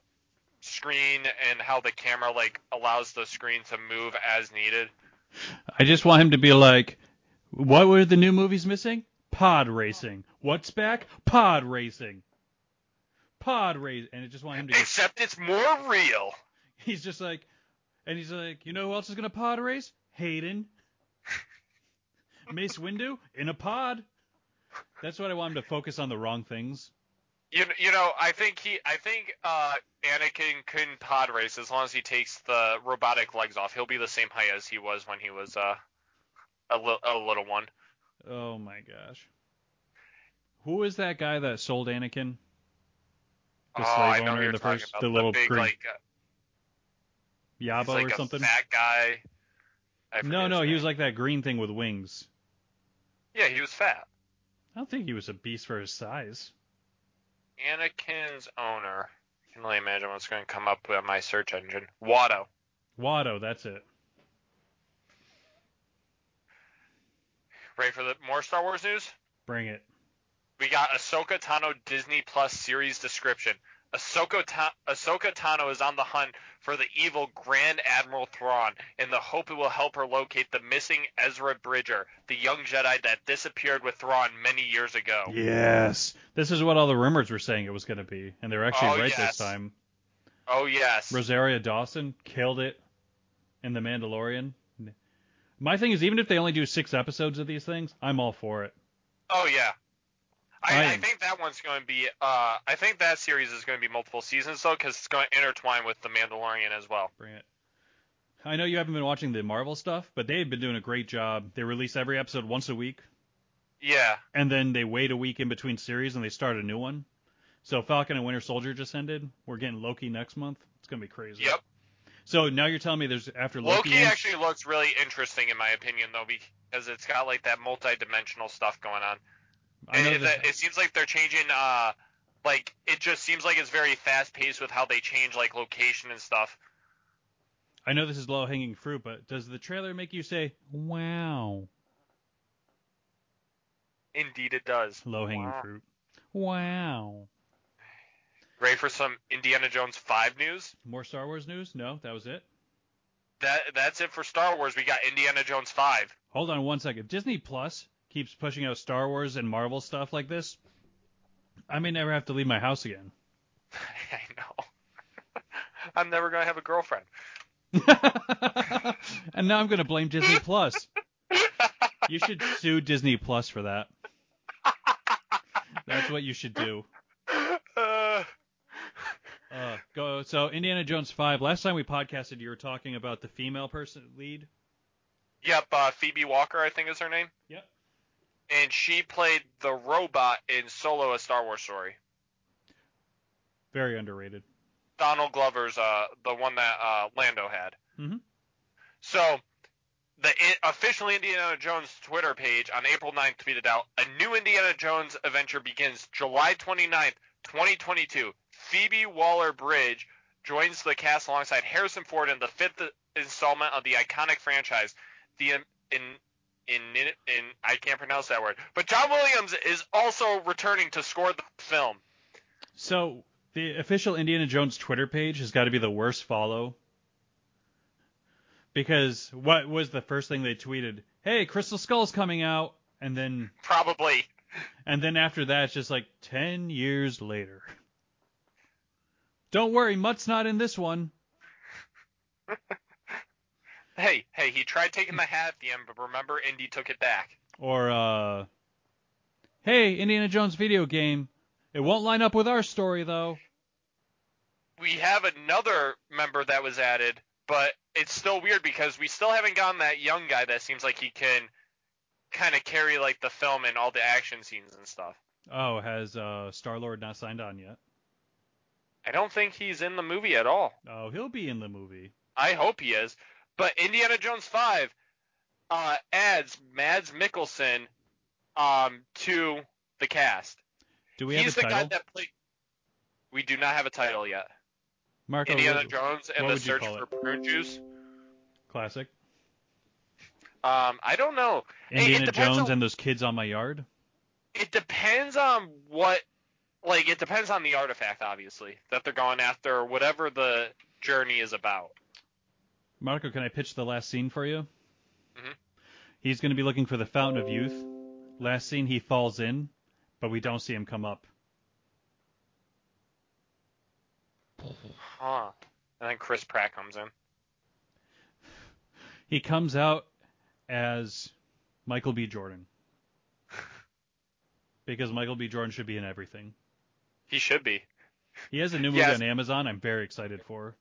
screen and how the camera like allows the screen to move as needed.
I just want him to be like, what were the new movies missing? Pod racing. What's back? Pod racing. Pod race. And I just want him to. Get,
Except it's more real.
he's just like, and he's like, you know who else is gonna pod race? Hayden. Mace Windu in a pod. That's what I want him to focus on the wrong things.
You, you know, I think he, I think uh, Anakin can pod race as long as he takes the robotic legs off. He'll be the same height as he was when he was uh, a, li- a little one.
Oh my gosh. Who is that guy that sold Anakin? The
oh,
slave
I know
owner
who
in
you're
the
talking
first-
about.
the little
big,
green-
like, uh, he's
Yabo
like
or
a
something?
fat guy. I forget
No,
his
no, he
name.
was like that green thing with wings.
Yeah, he was fat.
I don't think he was a beast for his size.
Anakin's owner. I can only imagine what's going to come up on my search engine. Watto.
Watto, that's it.
Ready for the more Star Wars news?
Bring it.
We got Ahsoka Tano Disney Plus series description. Ahsoka, Ta- Ahsoka Tano is on the hunt for the evil Grand Admiral Thrawn in the hope it will help her locate the missing Ezra Bridger, the young Jedi that disappeared with Thrawn many years ago.
Yes. This is what all the rumors were saying it was going to be, and they were actually
Oh,
right this
yes.
time.
Oh, yes.
Rosaria Dawson killed it in The Mandalorian. My thing is, even if they only do six episodes of these things, I'm all for it.
oh, yeah.
I
I, I
am-
think that one's going to be. Uh, I think that series is going to be multiple seasons though, because it's going to intertwine with the Mandalorian as well.
Bring it. I know you haven't been watching the Marvel stuff, but they've been doing a great job. They release every episode once a week,
Yeah.
and then they wait a week in between series and they start a new one. So Falcon and Winter Soldier just ended. We're getting Loki next month. It's gonna be crazy.
Yep.
So now you're telling me there's after Loki,
Loki
ends-
actually looks really interesting in my opinion though because it's got like that multi-dimensional stuff going on.
I know
And
that-
it, it seems like they're changing uh like it just seems like it's very fast paced with how they change like location and stuff.
I know this is low hanging fruit, but does the trailer make you say wow?
Indeed it does.
Low hanging
Wow.
fruit. Wow.
Ready for some Indiana Jones 5 news?
More Star Wars news? No, that was it.
That that's it for Star Wars. We got Indiana Jones 5.
Hold on one second. If Disney Plus keeps pushing out Star Wars and Marvel stuff like this, I may never have to leave my house again.
I know. I'm never going to have a girlfriend.
and now I'm going to blame Disney Plus. You should sue Disney Plus for that. That's what you should do.
Uh,
Go. So Indiana Jones five. Last time we podcasted, you were talking about the female person lead.
Yep, uh, Phoebe Walker, I think is her name.
Yep.
And she played the robot in Solo: A Star Wars Story.
Very underrated.
Donald Glover's uh, the one that uh, Lando had.
Mhm.
So the I- official Indiana Jones Twitter page on April 9th tweeted out, "A new Indiana Jones adventure begins July 29th, 2022. Phoebe Waller-Bridge joins the cast alongside Harrison Ford in the fifth installment of the iconic franchise. The in, in in, in I can't pronounce that word, but John Williams is also returning to score the film.
So the official Indiana Jones Twitter page has got to be the worst follow. Because what was the first thing they tweeted? Hey, Crystal Skull's coming out, and then
Probably
and then after that, it's just like ten years later. Don't worry, Mutt's not in this one.
Hey, hey, he tried taking the hat at the end, but remember, Indy took it back.
Or uh, hey, Indiana Jones video game. It won't line up with our story though.
We have another member that was added, but it's still weird because we still haven't gotten that young guy that seems like he can kind of carry like the film and all the action scenes and stuff.
Oh, has uh, Star Lord not signed on yet?
I don't think he's in the movie at all.
Oh, he'll be in the movie.
I hope he is. But Indiana Jones 5 uh, adds Mads Mikkelsen um, to the cast.
Do we
he's
have a
the
title?
guy that played. We do not have a title yet.
Marco
Indiana
Ru-
Jones and
what would
the
you
Search
call
for
it?
Prune Juice.
classic.
Um, I don't know. Hey, it
Indiana
depends
Jones
on-
and those kids on my yard.
It depends on what, like, it depends on the artifact, obviously, that they're going after, or whatever the journey is about.
Marco, can I pitch the last scene for you?
Mhm.
He's going to be looking for the Fountain of Youth. Last scene, he falls in, but we don't see him come up.
Huh. And then Chris Pratt comes in.
He comes out as Michael B. Jordan. because Michael B. Jordan should be in everything.
He should be.
He has a new movie
Yes.
on Amazon I'm very excited for.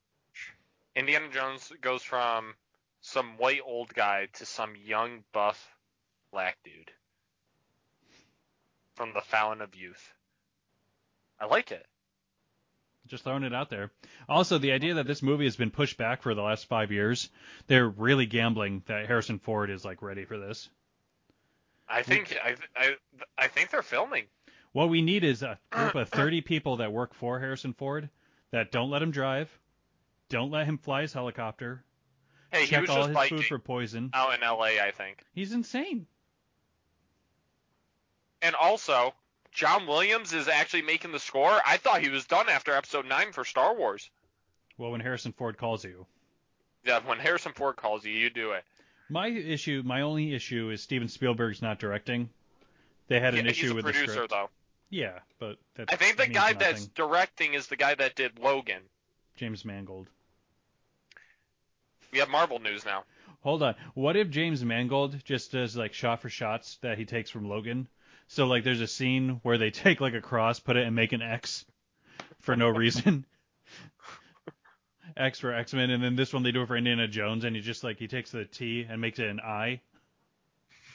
Indiana Jones goes from some white old guy to some young buff black dude from the Fountain of Youth. I like it.
Just throwing it out there. Also, the idea that this movie has been pushed back for the last five years, they're really gambling that Harrison Ford is like ready for this.
I think I I I think they're filming.
What we need is a group of
Uh,
30 people that work for Harrison Ford that don't let him drive, don't let him fly his helicopter,
Hey, he
check
was
all
just
his
biking
food for poison.
out in L.A. I think.
He's insane.
And also, John Williams is actually making the score. I thought he was done after episode 9 for Star Wars.
Well, when Harrison Ford calls you.
Yeah, when Harrison Ford calls you, you do it.
My issue, my only issue is Steven Spielberg's not directing. They had an
Yeah,
issue
he's a
with the
producer,
script.
though.
Yeah, but that
I think the
means
guy
nothing.
that's directing is the guy that did Logan.
James Mangold.
We have Marvel news now.
Hold on. What if James Mangold just does like shot for shots that he takes from Logan? So like there's a scene where they take like a cross, put it and make an X for no reason. X for X Men, and then this one they do it for Indiana Jones, and he just like he takes the T and makes it an I.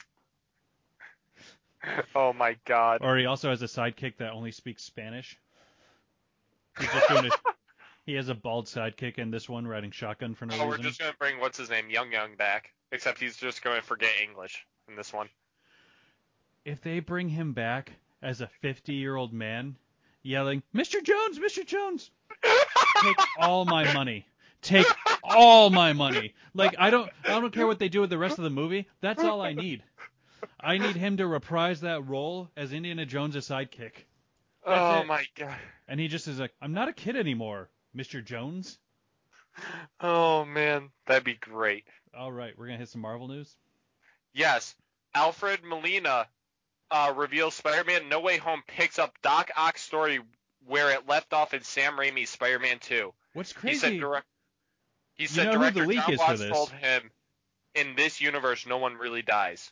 Oh, my God.
Or he also has a sidekick that only speaks Spanish. He's just doing it. He has a bald sidekick in this one riding shotgun for no
Oh, we're
reason.
just going to bring what's his name, Young Young, back. Except he's just going to forget English in this one.
if they bring him back as a 50 year old man yelling, Mr. Jones, Mr. Jones, take all my money. Take all my money. Like I don't I don't care what they do with the rest of the movie. That's all I need. I need him to reprise that role as Indiana Jones' sidekick.
oh,
it.
my God.
And he just is like, I'm not a kid anymore, Mr. Jones.
Oh, man. That'd be great.
All right, we're gonna hit some Marvel news.
Yes, Alfred Molina uh, reveals Spider-Man No Way Home picks up Doc Ock's story where it left off in Sam Raimi's Spider-Man 2.
What's
He said,
crazy?
direct, he said
know who the
director
leak
John
is for
Watts
this?
told him, in this universe, no one really dies.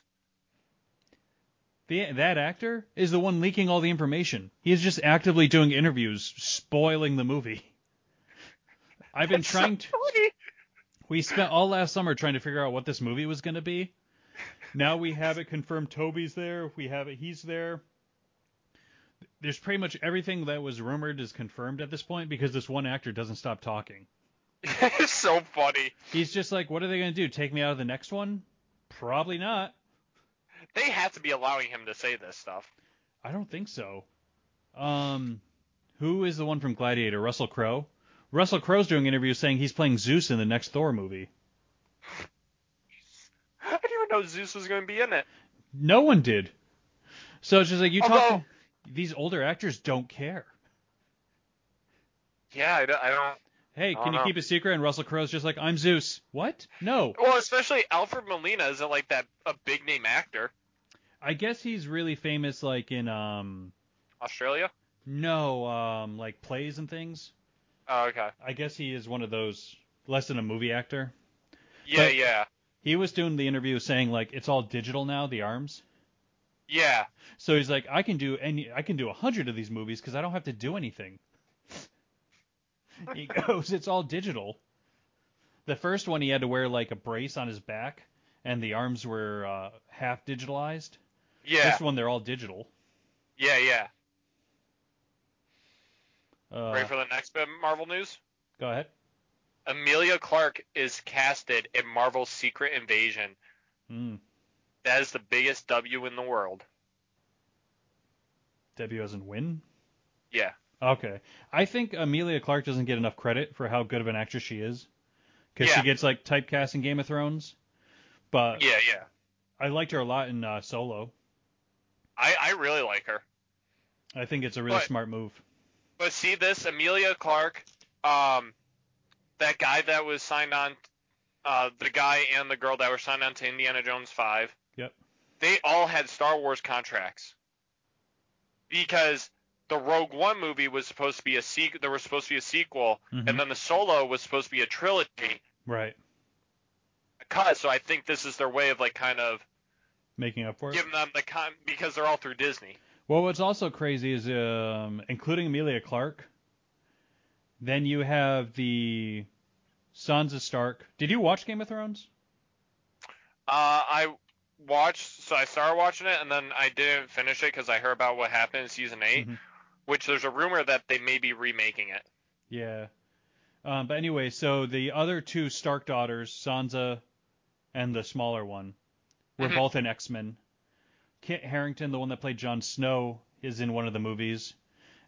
The, that actor is the one leaking all the information. He is just actively doing interviews, spoiling the movie. I've been
It's so
trying to.
funny.
We spent all last summer trying to figure out what this movie was going to be. Now we have it confirmed. Toby's there. We have it. He's there. There's pretty much everything that was rumored is confirmed at this point because this one actor doesn't stop talking.
it's so funny.
He's just like, what are they going to do? Take me out of the next one? Probably not.
They have to be allowing him to say this stuff.
I don't think so. Um, who is the one from Gladiator? Russell Crowe. Russell Crowe's doing interviews saying he's playing Zeus in the next Thor movie.
I didn't even know Zeus was going to be in it.
No one did. So it's just like you talk.
Although-
These older actors don't care.
Yeah, I don't. I don't
Hey,
I
can you
dunno.
keep a secret? And Russell Crowe's just like, I'm Zeus. What? No.
well, especially Alfred Molina isn't like that a big name actor.
I guess he's really famous, like in um,
Australia.
no, um, like plays and things.
Oh, okay.
I guess he is one of those less than a movie actor.
Yeah,
But-
yeah,
He was doing the interview saying like it's all digital now, the arms.
yeah.
So he's like, I can do any, I can do a hundred of these movies because I don't have to do anything. he goes, it's all digital. The first one, he had to wear like a brace on his back, and the arms were uh, half digitalized.
Yeah,
This one, they're all digital.
yeah, yeah.
Uh,
Ready for the next bit of Marvel news?
Go ahead.
Amelia Clark is casted in Marvel's Secret Invasion.
Mm,
That is the biggest W in the world.
Debbie doesn't win.
Yeah.
Okay, I think Amelia Clark doesn't get enough credit for how good of an actress she is, because
Yeah.
she gets like typecast in Game of Thrones. But
Yeah, yeah.
I liked her a lot in uh, Solo.
I, I really like her.
I think it's a really
But-
smart move.
But see this, Amelia Clark, um, that guy that was signed on, uh, the guy and the girl that were signed on to Indiana Jones Five.
Yep.
They all had Star Wars contracts. Because the Rogue One movie was supposed to be a sequel. There was supposed to be a sequel,
Mhm.
and then the Solo was supposed to be a trilogy
Right.
cut. So I think this is their way of like kind of
Making up for it.
giving them the con because they're all through Disney.
Well, what's also crazy is um, including Amelia Clark. Then you have the Sons of Stark. Did you watch Game of Thrones?
Uh, I watched, so I started watching it, and then I didn't finish it because I heard about what happened in season 8
Mhm.
which there's a rumor that they may be remaking it.
Yeah. Um, but anyway, so the other two Stark daughters, Sansa and the smaller one, were
Mhm.
both in X Men. Kit Harrington, the one that played Jon Snow, is in one of the movies.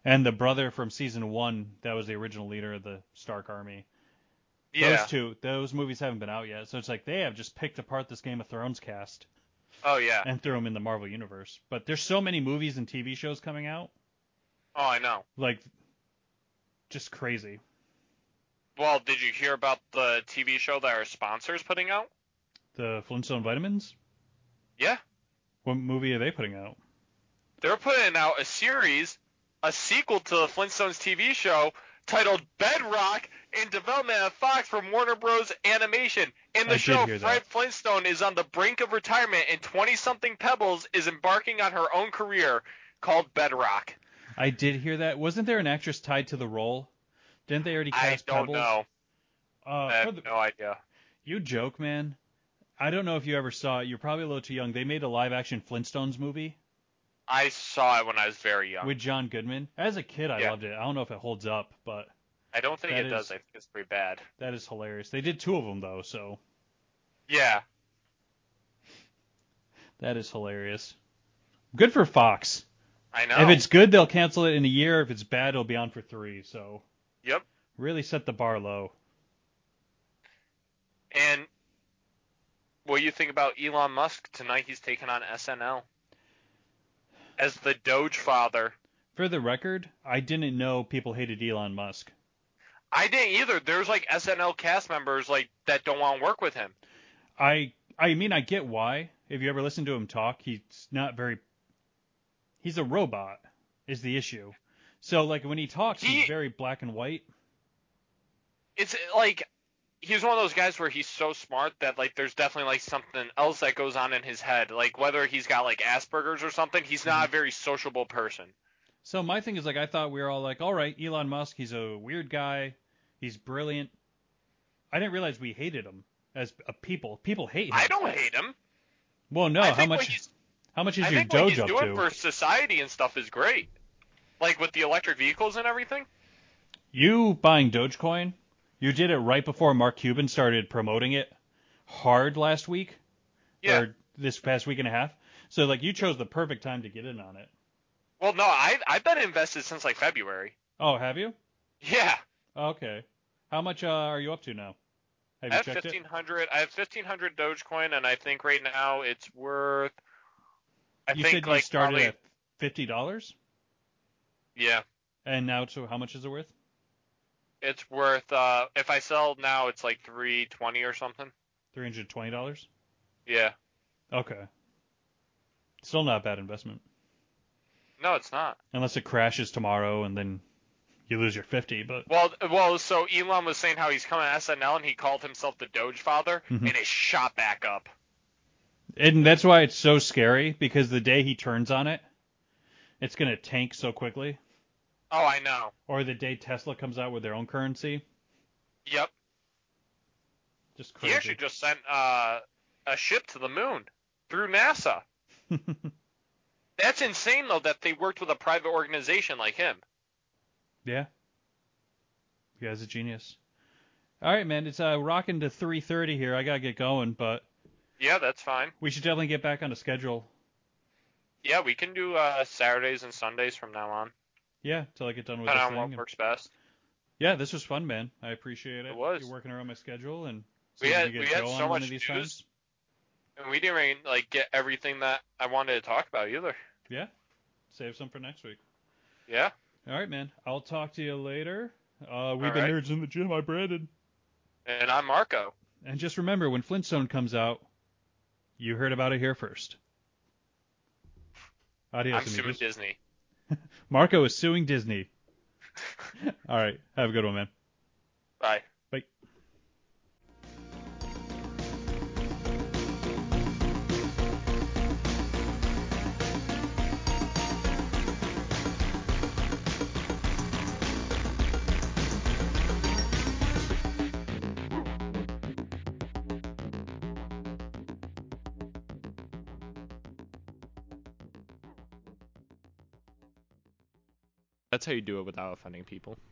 And the brother from season one, that was the original leader of the Stark army,
Yeah.
Those two, those movies haven't been out yet, so it's like they have just picked apart this Game of Thrones cast
Oh, yeah.
and threw them in the Marvel universe. But there's so many movies and TV shows coming out,
Oh, I know.
like just crazy.
Well, did you hear about the TV show that our sponsor's putting out?
The Flintstone Vitamins.
Yeah.
What movie are they putting out?
They're putting out a series, a sequel to the Flintstones TV show titled Bedrock in development at Fox from Warner Bros. Animation. In
I
the
did
show,
hear that.
Fred Flintstone is on the brink of retirement, and 20 something Pebbles is embarking on her own career called Bedrock.
I did hear that. Wasn't there an actress tied to the role? Didn't they already
I
cast
don't
Pebbles?
know.
Uh,
I
for
have
the-
no idea.
You joke, man. I don't know if you ever saw it. You're probably a little too young. They made a live-action Flintstones movie
I saw it when I was very young.
with John Goodman. As a kid, I
Yeah.
loved it. I don't know if it holds up, but
I don't think
that
it does.
is-
I think it's pretty bad.
That is hilarious. They did two of them though, so
Yeah.
that is hilarious. Good for Fox.
I know.
If it's good, they'll cancel it in a year. If it's bad, it'll be on for three. So
Yep.
really set the bar low.
And what do you think about Elon Musk tonight? He's taking on SNL as the Doge father.
For the record, I didn't know people hated Elon Musk.
I didn't either. There's like SNL cast members like that don't want to work with him.
I I mean I get why. If you ever listen to him talk, he's not very. He's a robot, is the issue. So like when he talks, he's
He-
very black and white.
It's like he's one of those guys where he's so smart that like there's definitely like something else that goes on in his head. Like whether he's got like Asperger's or something, he's
Mm-hmm.
not a very sociable person.
So my thing is like I thought we were all like, all right, Elon Musk, he's a weird guy. He's brilliant. I didn't realize we hated him as a people. People hate him.
I don't hate him.
Well, no.
I
How
think what
much?
he's,
How much is
I
your
think what he's
dojo to?
doing for society and stuff is great. Like with the electric vehicles and everything.
You buying Dogecoin? You did it right before Mark Cuban started promoting it hard last week
Yeah.
or this past week and a half. So like you chose the perfect time to get in on it.
Well, no, I I've been invested since like February.
Oh, have you?
Yeah,
Okay. How much uh, are you up to now? Have
I
you
have
checked it?
fifteen hundred. I have fifteen hundred Dogecoin, and I think right now it's worth. I
you
think
said
like
you started
probably
at fifty dollars,
yeah,
and now so how much is it worth?
it's worth. Uh, if I sell now, it's like three twenty or something.
Three hundred twenty dollars.
Yeah,
Okay. Still not a bad investment,
no, it's not.
unless it crashes tomorrow and then you lose your fifty. But
Well, well, so Elon was saying how he's coming to SNL and he called himself the Doge Father,
Mhm.
and it shot back up.
And that's why it's so scary because the day he turns on it, it's going to tank so quickly.
Oh, I know.
Or the day Tesla comes out with their own currency,
Yep,
just
he actually
crazy.
just sent uh, a ship to the moon through NASA. That's insane though that they worked with a private organization like him.
yeah. You guys a genius. All right, man. It's uh, rocking to 3:30 here. I gotta get going, but
Yeah, that's fine.
we should definitely get back on a schedule.
Yeah, we can do uh, Saturdays and Sundays from now on.
Yeah, till I get done with this
Depending
thing.
on what works best.
Yeah, this was fun, man. I appreciate it.
It was.
You're working around my schedule and
We
see if
had-
can get
we had
Joe
so
on one
much
of these
news.
times.
And we didn't really, like get everything that I wanted to talk about either.
Save some for next week.
Yeah.
All right, man. I'll talk to you later. Uh, we've
All
been
right.
nerds in the gym. I Brandon.
And I'm Marco.
And just remember, when Flintstone comes out, you heard about it here first. Adios,
I'm suing
amigos.
Disney.
Marco is suing Disney. All right. Have a good one, man.
Bye.
That's how you do it without offending people.